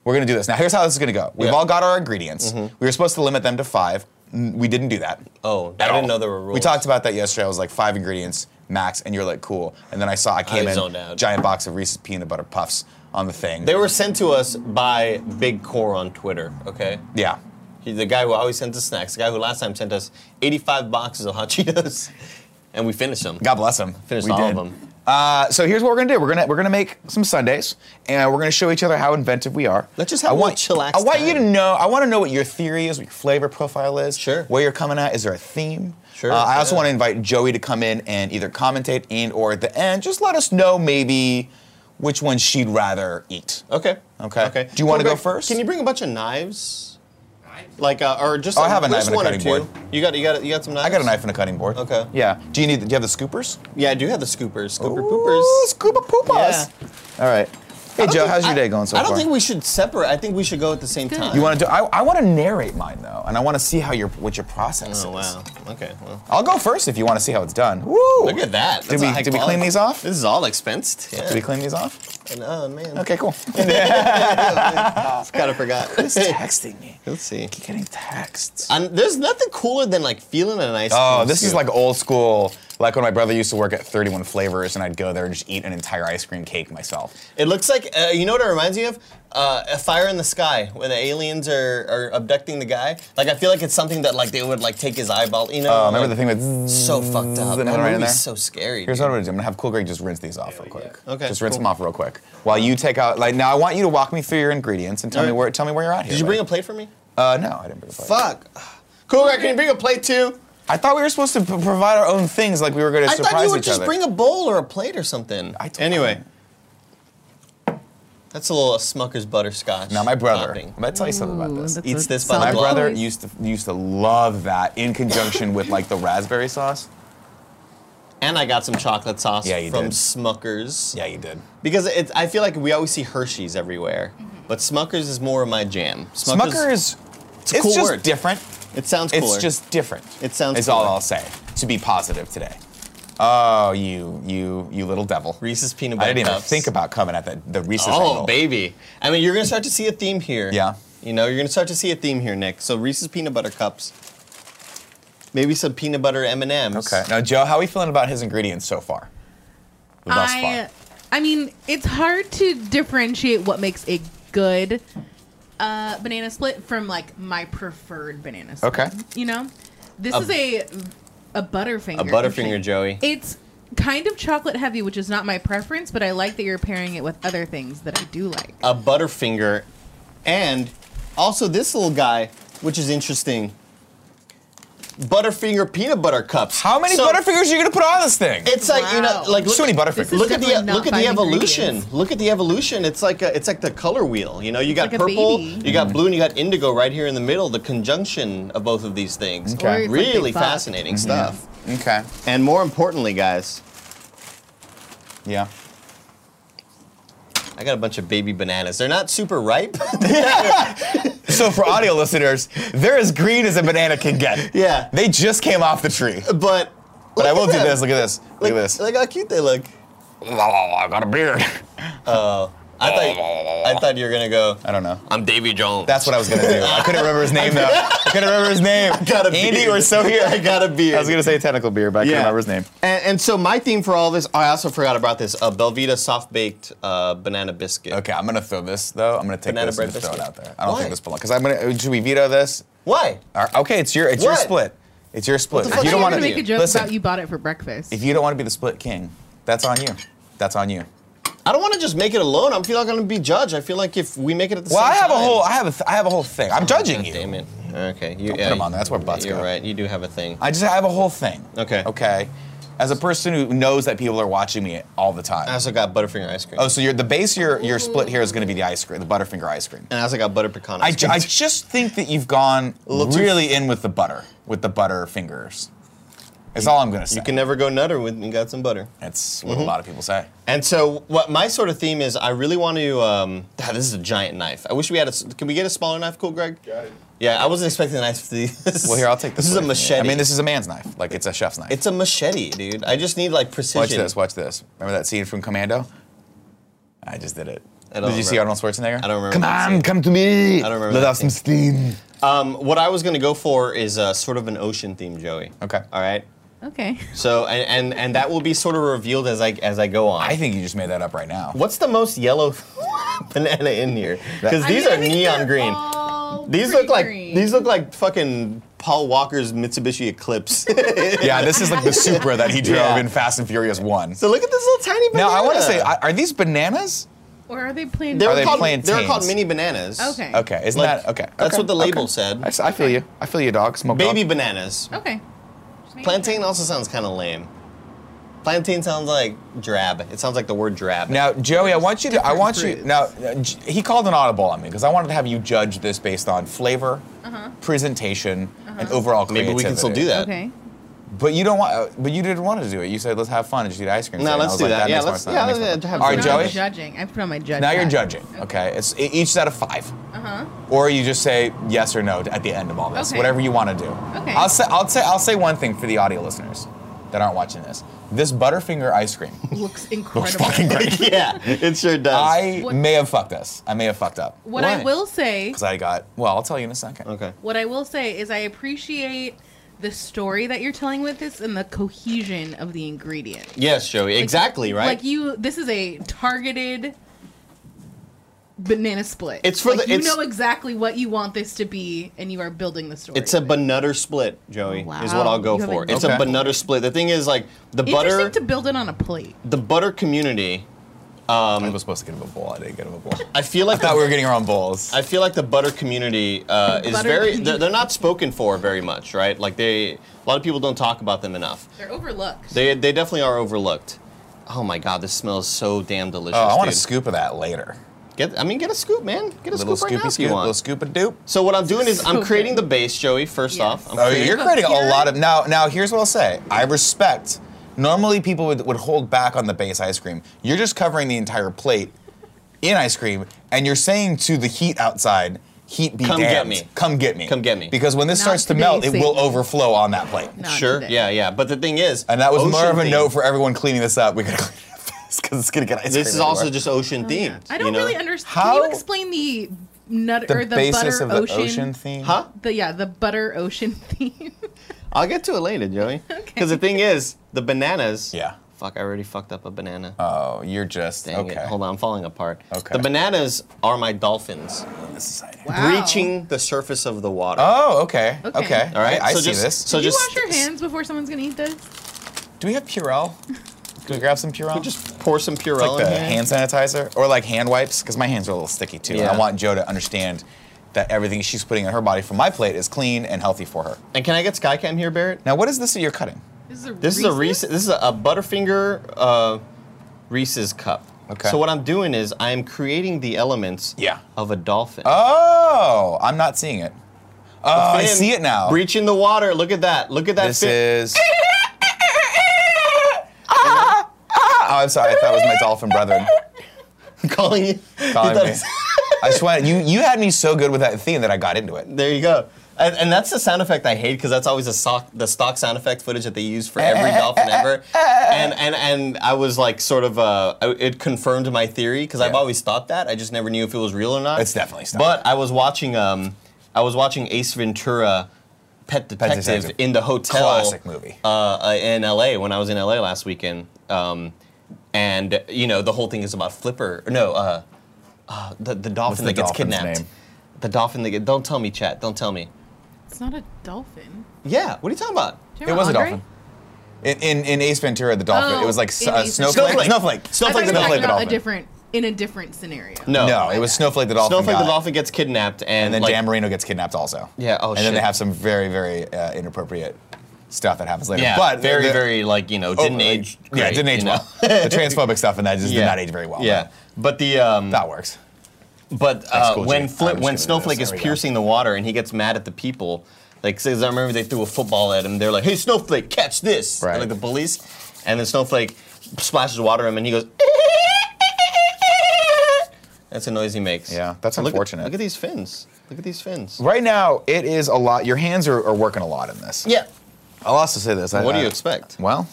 [SPEAKER 1] we're gonna do this now. Here's how this is gonna go. We've
[SPEAKER 2] Yeah. Mm-hmm.
[SPEAKER 1] all got our ingredients. We were supposed to limit them to five. N- We didn't do that.
[SPEAKER 2] oh, I
[SPEAKER 1] At
[SPEAKER 2] didn't
[SPEAKER 1] all.
[SPEAKER 2] know there were rules.
[SPEAKER 1] We talked about that yesterday. I was like five ingredients max, and you're like cool. And then I saw I came
[SPEAKER 2] zoned
[SPEAKER 1] in
[SPEAKER 2] out.
[SPEAKER 1] giant box of Reese's peanut butter puffs on the thing.
[SPEAKER 2] They were sent to us by Big Core on Twitter. Okay.
[SPEAKER 1] yeah.
[SPEAKER 2] He's the guy who always sends us snacks. The guy who last time sent us 85 boxes of hot Cheetos, and we finished them.
[SPEAKER 1] God bless them.
[SPEAKER 2] Finished
[SPEAKER 1] we
[SPEAKER 2] all
[SPEAKER 1] did.
[SPEAKER 2] of them.
[SPEAKER 1] Uh, so here's what we're gonna do. We're gonna we're gonna make some Sundays, and we're gonna show each other how inventive we are.
[SPEAKER 2] Let's just have
[SPEAKER 1] I
[SPEAKER 2] a
[SPEAKER 1] want
[SPEAKER 2] little chillax
[SPEAKER 1] I want you to
[SPEAKER 2] time.
[SPEAKER 1] know. I want to know what your theory is, what your flavor profile is.
[SPEAKER 2] Sure.
[SPEAKER 1] Where you're coming at. Is there a theme?
[SPEAKER 2] Sure,
[SPEAKER 1] Uh, I also
[SPEAKER 2] yeah.
[SPEAKER 1] want to invite Joey to come in and either commentate and or at the end just let us know maybe which one she'd rather eat.
[SPEAKER 2] Okay.
[SPEAKER 1] Okay.
[SPEAKER 2] Okay.
[SPEAKER 1] Do you wanna go
[SPEAKER 2] Can we bring-
[SPEAKER 1] first?
[SPEAKER 2] Can you bring a bunch of knives? Like, uh, or just
[SPEAKER 1] Oh, I
[SPEAKER 2] like,
[SPEAKER 1] have a knife
[SPEAKER 2] just
[SPEAKER 1] and a
[SPEAKER 2] one or
[SPEAKER 1] cutting
[SPEAKER 2] two.
[SPEAKER 1] board.
[SPEAKER 2] You got, you got, you got some knives.
[SPEAKER 1] I got a knife and a cutting board.
[SPEAKER 2] Okay.
[SPEAKER 1] Yeah. Do you need? Do you have the scoopers?
[SPEAKER 2] Yeah, I do have the scoopers, scooper
[SPEAKER 1] Ooh,
[SPEAKER 2] poopers.
[SPEAKER 1] Scuba poopas. All right. Hey Joe, how's your day going so
[SPEAKER 2] I don't
[SPEAKER 1] far?
[SPEAKER 2] think we should separate. I think we should go at the same
[SPEAKER 7] Good.
[SPEAKER 2] time.
[SPEAKER 1] you want to do? I, I want to narrate mine though, and I want to see how your what your process
[SPEAKER 2] Oh
[SPEAKER 1] is.
[SPEAKER 2] wow. Okay. Well,
[SPEAKER 1] I'll go first if you want to see how it's done. Woo!
[SPEAKER 2] look at that.
[SPEAKER 1] Did
[SPEAKER 2] That's
[SPEAKER 1] we-
[SPEAKER 2] a high
[SPEAKER 1] did we clean
[SPEAKER 2] quality.
[SPEAKER 1] these off?
[SPEAKER 2] This is all expensed.
[SPEAKER 1] Did we clean these off?
[SPEAKER 2] And, oh man.
[SPEAKER 1] Okay, cool.
[SPEAKER 2] Kind of forgot.
[SPEAKER 1] texting me.
[SPEAKER 2] Let's see.
[SPEAKER 1] Keep getting texts.
[SPEAKER 2] And there's nothing cooler than like feeling a nice.
[SPEAKER 1] Oh,
[SPEAKER 2] cold
[SPEAKER 1] this is
[SPEAKER 2] scoop.
[SPEAKER 1] like old school. Like when my brother used to work at 31 Flavors, and I'd go there and just eat an entire ice cream cake myself.
[SPEAKER 2] It looks like uh, you know what it reminds me of? Uh, a Fire in the Sky, when the aliens are, are abducting the guy. Like I feel like it's something that like they would like take his eyeball. You know?
[SPEAKER 1] Uh, remember the
[SPEAKER 2] like,
[SPEAKER 1] thing with
[SPEAKER 2] So fucked up.
[SPEAKER 1] another
[SPEAKER 2] That
[SPEAKER 1] right in
[SPEAKER 2] movie's
[SPEAKER 1] there?
[SPEAKER 2] so scary.
[SPEAKER 1] Here's
[SPEAKER 2] dude.
[SPEAKER 1] what I'm gonna do. I'm gonna have Cool Greg just rinse these off real quick.
[SPEAKER 2] Okay,
[SPEAKER 1] Just rinse
[SPEAKER 2] cool.
[SPEAKER 1] them off real quick. While you take out, like now, I want you to walk me through your ingredients and tell me
[SPEAKER 2] Alright.
[SPEAKER 1] where tell me where you're at here.
[SPEAKER 2] Did you bring a
[SPEAKER 1] buddy.
[SPEAKER 2] plate for me?
[SPEAKER 1] Uh, no, I didn't bring a plate.
[SPEAKER 2] Fuck. Cool, Greg, can you bring a plate too?
[SPEAKER 1] I thought we were supposed to p- provide our own things, like we were gonna
[SPEAKER 2] I
[SPEAKER 1] surprise
[SPEAKER 2] thought you would
[SPEAKER 1] each
[SPEAKER 2] just
[SPEAKER 1] other.
[SPEAKER 2] bring a bowl or a plate or something.
[SPEAKER 1] I told
[SPEAKER 2] anyway,
[SPEAKER 1] you.
[SPEAKER 2] that's a little Smucker's butterscotch.
[SPEAKER 1] now my brother.
[SPEAKER 2] topping.
[SPEAKER 1] I'm gonna tell you something about this.
[SPEAKER 7] Ooh,
[SPEAKER 2] Eats this
[SPEAKER 7] that
[SPEAKER 2] by
[SPEAKER 1] My
[SPEAKER 2] the
[SPEAKER 7] sounds
[SPEAKER 2] block.
[SPEAKER 1] brother
[SPEAKER 7] nice.
[SPEAKER 1] used to used to love that in conjunction with like the raspberry sauce.
[SPEAKER 2] And I got some chocolate sauce
[SPEAKER 1] Yeah, you
[SPEAKER 2] from
[SPEAKER 1] did.
[SPEAKER 2] Smucker's.
[SPEAKER 1] Yeah, you did.
[SPEAKER 2] Because it's, I feel like we always see Hershey's everywhere, but Smucker's is more of my jam. Smucker's,
[SPEAKER 1] Smucker's, it's,
[SPEAKER 2] a cool
[SPEAKER 1] just
[SPEAKER 2] word.
[SPEAKER 1] different.
[SPEAKER 2] it sounds
[SPEAKER 1] It's
[SPEAKER 2] cooler.
[SPEAKER 1] just different.
[SPEAKER 2] It sounds
[SPEAKER 1] Is all
[SPEAKER 2] cooler.
[SPEAKER 1] I'll say. To be positive today. Oh, you you you little devil.
[SPEAKER 2] Reese's peanut
[SPEAKER 1] I
[SPEAKER 2] butter
[SPEAKER 1] didn't even
[SPEAKER 2] cups.
[SPEAKER 1] think about coming at the the Reese's
[SPEAKER 2] Oh,
[SPEAKER 1] angle.
[SPEAKER 2] baby! I mean, you're gonna start to see a theme here.
[SPEAKER 1] Yeah.
[SPEAKER 2] You know, you're gonna start to see a theme here, Nick. So Reese's peanut butter cups, maybe some peanut butter M and M's.
[SPEAKER 1] Okay. Now, Joe, how are we feeling about his ingredients so far? Thus
[SPEAKER 7] I, uh,
[SPEAKER 1] far.
[SPEAKER 7] I mean, it's hard to differentiate what makes a good uh, banana split from like my preferred banana split.
[SPEAKER 1] Okay.
[SPEAKER 7] You know, this
[SPEAKER 2] A-
[SPEAKER 7] is a a butterfinger.
[SPEAKER 2] A Butterfinger, Joey.
[SPEAKER 7] It's kind of chocolate heavy, which is not my preference, but I like that you're pairing it with other things that I do like.
[SPEAKER 2] a Butterfinger, and also this little guy, which is interesting. Butterfinger peanut butter cups.
[SPEAKER 1] How many
[SPEAKER 2] So-
[SPEAKER 1] Butterfingers are you gonna put on this thing?
[SPEAKER 2] It's like you know,
[SPEAKER 7] Wow.
[SPEAKER 2] like look,
[SPEAKER 1] So many Butterfingers.
[SPEAKER 7] This is
[SPEAKER 2] look at the
[SPEAKER 7] definitely
[SPEAKER 2] look
[SPEAKER 7] not
[SPEAKER 2] at the
[SPEAKER 7] by
[SPEAKER 2] evolution.
[SPEAKER 7] ingredients.
[SPEAKER 2] Look at the evolution. It's like a, it's like the color wheel. You know, you got
[SPEAKER 7] like a
[SPEAKER 2] purple,
[SPEAKER 7] baby.
[SPEAKER 2] you got blue, and you got indigo right here in the middle. The conjunction of both of these things.
[SPEAKER 1] Okay. Or it's
[SPEAKER 7] like they
[SPEAKER 2] Really
[SPEAKER 7] fucked.
[SPEAKER 2] fascinating stuff.
[SPEAKER 1] okay.
[SPEAKER 2] Mm-hmm. And more importantly, guys,
[SPEAKER 1] Yeah.
[SPEAKER 2] I got a bunch of baby bananas. They're not super ripe.
[SPEAKER 1] So for audio listeners, they're as green as a banana can get.
[SPEAKER 2] Yeah.
[SPEAKER 1] They just came off the tree.
[SPEAKER 2] but
[SPEAKER 1] But I will do this. Look at this. Look
[SPEAKER 2] Look,
[SPEAKER 1] at this.
[SPEAKER 2] look how cute they look.
[SPEAKER 1] I got a beard.
[SPEAKER 2] I thought I thought you were gonna go.
[SPEAKER 1] I don't know.
[SPEAKER 2] I'm Davy Jones.
[SPEAKER 1] That's what I was gonna do. I couldn't remember his name though. I couldn't remember his name.
[SPEAKER 2] got a
[SPEAKER 1] Andy
[SPEAKER 2] beard.
[SPEAKER 1] or so here.
[SPEAKER 2] I got a beard.
[SPEAKER 1] I was gonna say technical beer, but I couldn't remember his name.
[SPEAKER 2] And, and so my theme for all this, I also forgot about this. Uh, Belvita soft baked uh, banana biscuit.
[SPEAKER 1] Okay, I'm gonna throw this though. I'm gonna take
[SPEAKER 2] Banana
[SPEAKER 1] this and
[SPEAKER 2] bread
[SPEAKER 1] just throw it out
[SPEAKER 2] biscuit.
[SPEAKER 1] there. I don't
[SPEAKER 2] Why?
[SPEAKER 1] think this belongs. Because I'm gonna. uh, Should we veto this?
[SPEAKER 2] Why?
[SPEAKER 1] All right, Okay, it's your. It's your
[SPEAKER 2] What?
[SPEAKER 1] split. It's your split.
[SPEAKER 2] the
[SPEAKER 1] If
[SPEAKER 2] fuck
[SPEAKER 1] you
[SPEAKER 2] are
[SPEAKER 1] don't
[SPEAKER 2] you
[SPEAKER 1] want to
[SPEAKER 2] gonna
[SPEAKER 7] make a joke
[SPEAKER 1] listen,
[SPEAKER 7] about you bought it for breakfast.
[SPEAKER 1] If you don't want to be the split king, that's on you. That's on you.
[SPEAKER 2] I don't want to just make it alone. I feel like I'm gonna be judged. I feel like if we make it at the
[SPEAKER 1] Well,
[SPEAKER 2] same
[SPEAKER 1] I have a
[SPEAKER 2] time- Oh,
[SPEAKER 1] whole. I have a. Th- I have a whole thing. I'm judging
[SPEAKER 2] God
[SPEAKER 1] you.
[SPEAKER 2] Damn it. Okay. You,
[SPEAKER 1] Don't put
[SPEAKER 2] yeah,
[SPEAKER 1] them on there. That's where butts
[SPEAKER 2] You're
[SPEAKER 1] go.
[SPEAKER 2] right. You do have a thing.
[SPEAKER 1] I just I have a whole thing.
[SPEAKER 2] Okay.
[SPEAKER 1] Okay. As a person who knows that people are watching me all the time.
[SPEAKER 2] I also got Butterfinger ice cream.
[SPEAKER 1] oh, so your the base of your your split here is going to be the ice cream, the Butterfinger ice cream.
[SPEAKER 2] and I also got butter pecan
[SPEAKER 1] I,
[SPEAKER 2] ice
[SPEAKER 1] ju-
[SPEAKER 2] cream.
[SPEAKER 1] I just think that you've gone
[SPEAKER 2] little too-
[SPEAKER 1] really in with the butter, with the butter fingers. That's all I'm gonna say.
[SPEAKER 2] you can never go nutter with me. Got some butter.
[SPEAKER 1] That's what a lot of people say.
[SPEAKER 2] And so, what my sort of theme is, I really want to. Um, ah, this is a giant knife. I wish we had a. s- Can we get a smaller knife, cool, Greg? Got it. Yeah, I wasn't expecting a knife. To be- this.
[SPEAKER 1] Well, here I'll take this.
[SPEAKER 2] This is a
[SPEAKER 1] one.
[SPEAKER 2] machete.
[SPEAKER 1] I mean, this is a man's knife. Like it's a chef's knife.
[SPEAKER 2] It's a machete, dude. I just need like precision.
[SPEAKER 1] watch this. Watch this. Remember that scene from Commando? I just did it.
[SPEAKER 2] I
[SPEAKER 1] Did
[SPEAKER 2] don't
[SPEAKER 1] you see
[SPEAKER 2] remember.
[SPEAKER 1] Arnold Schwarzenegger?
[SPEAKER 2] I don't remember
[SPEAKER 1] Come
[SPEAKER 2] that
[SPEAKER 1] on,
[SPEAKER 2] scene.
[SPEAKER 1] come to me.
[SPEAKER 2] I don't remember
[SPEAKER 1] Let
[SPEAKER 2] that
[SPEAKER 1] off some steam.
[SPEAKER 2] Um, what I was gonna go for is uh, sort of an ocean theme, Joey.
[SPEAKER 1] Okay.
[SPEAKER 2] All right.
[SPEAKER 7] okay.
[SPEAKER 2] So, and, and and that will be sort of revealed as I as I go on.
[SPEAKER 1] I think you just made that up right now.
[SPEAKER 2] What's the most yellow banana in here? Because
[SPEAKER 1] I
[SPEAKER 2] these
[SPEAKER 7] I
[SPEAKER 2] are
[SPEAKER 7] think
[SPEAKER 2] neon
[SPEAKER 7] they're
[SPEAKER 2] green.
[SPEAKER 7] all
[SPEAKER 2] These
[SPEAKER 7] pretty
[SPEAKER 2] look like
[SPEAKER 7] green.
[SPEAKER 2] these look like fucking Paul Walker's Mitsubishi Eclipse.
[SPEAKER 1] Yeah, this is like the Supra that he drove
[SPEAKER 2] Yeah.
[SPEAKER 1] in Fast and Furious One.
[SPEAKER 2] So look at this little tiny banana.
[SPEAKER 1] Now I want to say, I- are these bananas?
[SPEAKER 7] Or are they plain?
[SPEAKER 2] they were
[SPEAKER 1] Are they
[SPEAKER 2] called they were
[SPEAKER 1] plantains?
[SPEAKER 2] called mini bananas.
[SPEAKER 7] Okay.
[SPEAKER 1] Okay, isn't
[SPEAKER 2] Like,
[SPEAKER 1] that okay?
[SPEAKER 2] that's
[SPEAKER 1] okay,
[SPEAKER 2] what the label
[SPEAKER 1] okay.
[SPEAKER 2] said.
[SPEAKER 1] I, s- I feel you. I feel you, dog. Smoke
[SPEAKER 2] Baby
[SPEAKER 1] dog.
[SPEAKER 2] bananas.
[SPEAKER 7] Okay.
[SPEAKER 2] Plantain also sounds kind of lame. Plantain sounds like drab. It sounds like the word drab.
[SPEAKER 1] Now, Joey, I want you to. I
[SPEAKER 7] Different
[SPEAKER 1] want you
[SPEAKER 7] fruits.
[SPEAKER 1] now. uh, J- He called an audible on me because I wanted to have you judge this based on flavor, presentation, and overall
[SPEAKER 2] Maybe
[SPEAKER 1] creativity.
[SPEAKER 2] we can still do that.
[SPEAKER 7] Okay.
[SPEAKER 1] But you don't want. uh, But you didn't want to do it. You said let's have fun and just eat ice cream.
[SPEAKER 2] No,
[SPEAKER 1] today." And I
[SPEAKER 2] let's
[SPEAKER 1] was
[SPEAKER 2] do
[SPEAKER 1] like,
[SPEAKER 2] that. Yeah,
[SPEAKER 1] makes more
[SPEAKER 2] let's-
[SPEAKER 1] sense.
[SPEAKER 2] yeah,
[SPEAKER 1] That makes
[SPEAKER 2] let's-
[SPEAKER 1] more sense.
[SPEAKER 2] yeah, have
[SPEAKER 1] All right,
[SPEAKER 2] fun.
[SPEAKER 7] Now I'm
[SPEAKER 1] Joey.
[SPEAKER 7] judging. I put on my judge.
[SPEAKER 1] Now you're
[SPEAKER 7] hat.
[SPEAKER 1] judging. Okay, it's e- each set of five.
[SPEAKER 7] Uh-huh.
[SPEAKER 1] Or you just say yes or no at the end of all this,
[SPEAKER 7] Okay.
[SPEAKER 1] whatever you want to do.
[SPEAKER 7] Okay.
[SPEAKER 1] I'll say I'll say I'll say one thing for the audio listeners that aren't watching this. This Butterfinger ice cream.
[SPEAKER 7] Looks incredible.
[SPEAKER 2] yeah, it sure does.
[SPEAKER 1] I
[SPEAKER 7] What-
[SPEAKER 1] may have fucked us. I may have fucked up
[SPEAKER 7] What
[SPEAKER 2] Why?
[SPEAKER 7] I will say,
[SPEAKER 1] because I got. Well, I'll tell you in a second.
[SPEAKER 2] okay.
[SPEAKER 7] what I will say is, I appreciate the story that you're telling with this and the cohesion of the ingredients.
[SPEAKER 2] Yes, Joey. Exactly right.
[SPEAKER 7] Like you, this is a targeted banana split.
[SPEAKER 2] It's for
[SPEAKER 7] Like,
[SPEAKER 2] the-
[SPEAKER 7] You
[SPEAKER 2] it's-
[SPEAKER 7] know exactly what you want this to be, and you are building the story.
[SPEAKER 2] It's a
[SPEAKER 7] with it.
[SPEAKER 2] banutter split, Joey. Is
[SPEAKER 7] Oh, Wow.
[SPEAKER 2] what I'll go
[SPEAKER 7] You have
[SPEAKER 2] for.
[SPEAKER 7] a-
[SPEAKER 2] It's
[SPEAKER 1] Okay.
[SPEAKER 2] a banutter split. The thing is, like the butter,
[SPEAKER 7] Interesting to build it on a plate.
[SPEAKER 2] the butter community.
[SPEAKER 1] I Um, was supposed to give him a bowl. I didn't give him a bowl.
[SPEAKER 2] I feel like
[SPEAKER 1] I thought
[SPEAKER 2] the-
[SPEAKER 1] we were getting our own bowls.
[SPEAKER 2] I feel like the butter community uh, is
[SPEAKER 7] Butter
[SPEAKER 2] very.
[SPEAKER 7] community.
[SPEAKER 2] They're, they're not spoken for very much, right? Like they, a lot of people don't talk about them enough.
[SPEAKER 7] They're overlooked.
[SPEAKER 2] They they definitely are overlooked. Oh my God, this smells so damn delicious.
[SPEAKER 1] oh, I want a
[SPEAKER 2] dude.
[SPEAKER 1] scoop of that later.
[SPEAKER 2] Get, I mean, get a scoop, man. Get a
[SPEAKER 1] little
[SPEAKER 2] scoop right
[SPEAKER 1] scoopy
[SPEAKER 2] now if
[SPEAKER 1] scoop,
[SPEAKER 2] you want.
[SPEAKER 1] little scoop a doop.
[SPEAKER 2] So what I'm doing is I'm
[SPEAKER 7] So
[SPEAKER 2] creating the
[SPEAKER 7] good.
[SPEAKER 2] base, Joey. First
[SPEAKER 7] Yes.
[SPEAKER 2] off, I'm
[SPEAKER 1] Oh,
[SPEAKER 2] creating-
[SPEAKER 1] you're creating a
[SPEAKER 7] Here-
[SPEAKER 1] lot of now. Now here's what I'll say. I respect. Normally, people would, would hold back on the base ice cream. You're just covering the entire plate in ice cream, and you're saying to the heat outside, "Heat be
[SPEAKER 2] Come get
[SPEAKER 1] damned.
[SPEAKER 2] me.
[SPEAKER 1] Come get me.
[SPEAKER 2] Come get me.
[SPEAKER 1] Because when this
[SPEAKER 7] Not
[SPEAKER 1] starts to
[SPEAKER 7] today,
[SPEAKER 1] melt, it will
[SPEAKER 7] Satan.
[SPEAKER 1] overflow on that plate.
[SPEAKER 7] Not
[SPEAKER 2] Sure.
[SPEAKER 7] today.
[SPEAKER 2] Yeah, yeah. But the thing is,
[SPEAKER 1] And that was more
[SPEAKER 2] ocean
[SPEAKER 1] of a
[SPEAKER 2] themed.
[SPEAKER 1] note for everyone cleaning this up. We gotta clean it fast because it's gonna get ice cream.
[SPEAKER 2] This is also
[SPEAKER 1] everywhere.
[SPEAKER 2] just ocean themed.
[SPEAKER 7] Oh, I don't
[SPEAKER 2] you know?
[SPEAKER 7] really understand.
[SPEAKER 1] How-
[SPEAKER 7] Can you explain the nut
[SPEAKER 1] the,
[SPEAKER 7] or the
[SPEAKER 1] basis
[SPEAKER 7] butter
[SPEAKER 1] of the
[SPEAKER 7] ocean,
[SPEAKER 1] ocean, theme.
[SPEAKER 2] Huh?
[SPEAKER 7] The yeah, the butter ocean theme.
[SPEAKER 2] I'll get to it later, Joey. Because the thing is, the bananas.
[SPEAKER 1] Yeah.
[SPEAKER 2] Fuck, I already fucked up a banana.
[SPEAKER 1] Oh, you're just
[SPEAKER 2] Dang
[SPEAKER 1] okay.
[SPEAKER 2] it. Hold on, I'm falling apart.
[SPEAKER 1] Okay.
[SPEAKER 2] The bananas are my dolphins
[SPEAKER 1] This is exciting.
[SPEAKER 7] Wow.
[SPEAKER 2] breaching the surface of the water.
[SPEAKER 1] Oh, okay. Okay.
[SPEAKER 7] Okay.
[SPEAKER 1] All right. I,
[SPEAKER 2] so
[SPEAKER 1] see
[SPEAKER 2] just,
[SPEAKER 1] this.
[SPEAKER 2] So
[SPEAKER 7] Did you
[SPEAKER 2] just
[SPEAKER 7] wash your hands before someone's gonna eat this?
[SPEAKER 1] Do we have Purell? Can we grab some Purell?
[SPEAKER 2] Just pour some Purell
[SPEAKER 1] like the
[SPEAKER 2] in here.
[SPEAKER 1] hand sanitizer or like hand wipes because my hands are a little sticky too. And I
[SPEAKER 2] Yeah.
[SPEAKER 1] want Joe to understand that everything she's putting in her body from my plate is clean and healthy for her.
[SPEAKER 2] And can I get Skycam here, Barrett?
[SPEAKER 1] Now, what is this that you're cutting?
[SPEAKER 7] This is a
[SPEAKER 2] This is a Reese.
[SPEAKER 7] Reese's?
[SPEAKER 2] This is a, a Butterfinger uh, Reese's cup.
[SPEAKER 1] Okay.
[SPEAKER 2] So what I'm doing is I am creating the elements
[SPEAKER 1] Yeah.
[SPEAKER 2] of a dolphin.
[SPEAKER 1] Oh, I'm not seeing it. Oh, I
[SPEAKER 2] Fin
[SPEAKER 1] see it now.
[SPEAKER 2] Breaching the water. Look at that. Look at that.
[SPEAKER 1] This
[SPEAKER 2] fin.
[SPEAKER 1] is. Oh, I'm sorry. I thought it was my dolphin brethren
[SPEAKER 2] calling you. you
[SPEAKER 1] calling
[SPEAKER 2] thought
[SPEAKER 1] me.
[SPEAKER 2] it's-
[SPEAKER 1] I swear, you, you had me so good with that theme that I got into it.
[SPEAKER 2] There you go. And, and that's the sound effect I hate because that's always the stock, the stock sound effect footage that they use for every dolphin ever. And and and I was like, sort of, uh, I- it confirmed my theory because I've
[SPEAKER 1] Yeah.
[SPEAKER 2] always thought that. I just never knew if it was real or not.
[SPEAKER 1] It's definitely stock.
[SPEAKER 2] But I was watching, um, I was watching Ace Ventura, Pet Detective,
[SPEAKER 1] Detective.
[SPEAKER 2] in the hotel.
[SPEAKER 1] Classic movie.
[SPEAKER 2] Uh, uh, in LA when I was in LA last weekend. Um, and you know the whole thing is about Flipper. No, uh, uh, the the dolphin
[SPEAKER 1] the
[SPEAKER 2] that gets
[SPEAKER 1] dolphin's
[SPEAKER 2] kidnapped.
[SPEAKER 1] name?
[SPEAKER 2] The dolphin that get, don't tell me, chat. Don't tell me.
[SPEAKER 7] It's not a dolphin.
[SPEAKER 2] Yeah, what are you talking about?
[SPEAKER 7] Do you
[SPEAKER 1] It was a
[SPEAKER 7] remember
[SPEAKER 1] dolphin. In, in, in Ace Ventura, the dolphin,
[SPEAKER 7] Oh,
[SPEAKER 1] it was like s-
[SPEAKER 7] in
[SPEAKER 1] uh,
[SPEAKER 7] Ace
[SPEAKER 1] snowflake,
[SPEAKER 2] Ventura.
[SPEAKER 1] snowflake,
[SPEAKER 7] I thought
[SPEAKER 1] snowflake,
[SPEAKER 2] Snowflake
[SPEAKER 1] the
[SPEAKER 7] you were talking
[SPEAKER 1] dolphin.
[SPEAKER 7] about a different in a different scenario.
[SPEAKER 2] No,
[SPEAKER 1] No, it was Snowflake the Dolphin.
[SPEAKER 2] Snowflake
[SPEAKER 1] got
[SPEAKER 2] the
[SPEAKER 1] it.
[SPEAKER 2] dolphin gets kidnapped, and
[SPEAKER 1] And then
[SPEAKER 2] like,
[SPEAKER 1] Dan Marino gets kidnapped also.
[SPEAKER 2] Yeah, oh,
[SPEAKER 1] And then they
[SPEAKER 2] shit.
[SPEAKER 1] have some very, very uh, inappropriate stuff that happens later.
[SPEAKER 2] yeah,
[SPEAKER 1] but the-
[SPEAKER 2] very,
[SPEAKER 1] the-
[SPEAKER 2] very like you know didn't
[SPEAKER 1] oh,
[SPEAKER 2] age.
[SPEAKER 1] like,
[SPEAKER 2] Great,
[SPEAKER 1] yeah, didn't age
[SPEAKER 2] you know?
[SPEAKER 1] well. the transphobic stuff and that just did not age very well.
[SPEAKER 2] Yeah, but the um,
[SPEAKER 1] but That works.
[SPEAKER 2] But uh,
[SPEAKER 1] school
[SPEAKER 2] when
[SPEAKER 1] Jane. I was
[SPEAKER 2] Flip, when
[SPEAKER 1] gonna do
[SPEAKER 2] Snowflake
[SPEAKER 1] this.
[SPEAKER 2] is
[SPEAKER 1] There we go.
[SPEAKER 2] piercing the water and he gets mad at the people, like says, I remember they threw a football at him. They're like, "Hey, Snowflake, catch this!"
[SPEAKER 1] Right.
[SPEAKER 2] Like the police, and then Snowflake splashes water at him, and he goes. That's a noise he makes.
[SPEAKER 1] Yeah, that's
[SPEAKER 2] Look at-
[SPEAKER 1] unfortunate.
[SPEAKER 2] look at these fins. Look at these fins.
[SPEAKER 1] Right now, it is a lot. Your hands are, are working a lot in this.
[SPEAKER 2] Yeah.
[SPEAKER 1] I'll also say this. I-
[SPEAKER 2] What do
[SPEAKER 1] I-
[SPEAKER 2] you expect?
[SPEAKER 1] Well,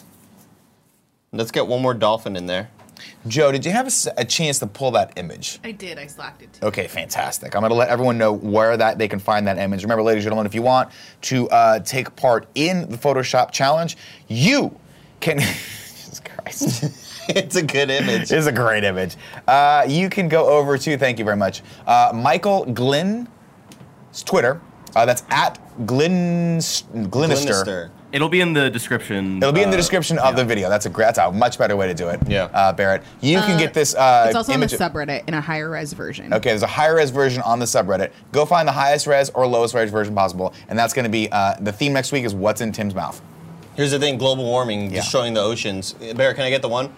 [SPEAKER 2] Let's get one more dolphin in there.
[SPEAKER 1] Joe, did you have a, s- a chance to pull that image?
[SPEAKER 7] I did. I slacked it. Too.
[SPEAKER 1] Okay, fantastic. I'm going to let everyone know where that they can find that image. Remember, ladies and gentlemen, if you want to uh, take part in the Photoshop challenge, you can. Jesus Christ.
[SPEAKER 2] it's a good image.
[SPEAKER 1] This is a great image. Uh, you can go over to, thank you very much, uh, Michael Glenn's Twitter. Uh, that's at Glyn, Glenister.
[SPEAKER 2] Glenister.
[SPEAKER 5] It'll be in the description.
[SPEAKER 1] It'll be in the
[SPEAKER 5] uh,
[SPEAKER 1] description of the video. That's a great, that's a much better way to do it.
[SPEAKER 2] Yeah.
[SPEAKER 1] uh, Barrett. You can get this. Uh,
[SPEAKER 7] It's also on the
[SPEAKER 1] image-
[SPEAKER 7] subreddit in a higher res version.
[SPEAKER 1] Okay, there's a high res version on the subreddit. Go find the highest res or lowest res version possible, and that's going to be uh, the theme next week is what's in Tim's mouth.
[SPEAKER 2] Here's the thing: global warming,
[SPEAKER 1] Yeah.
[SPEAKER 2] destroying the oceans. Bear, can I get the one?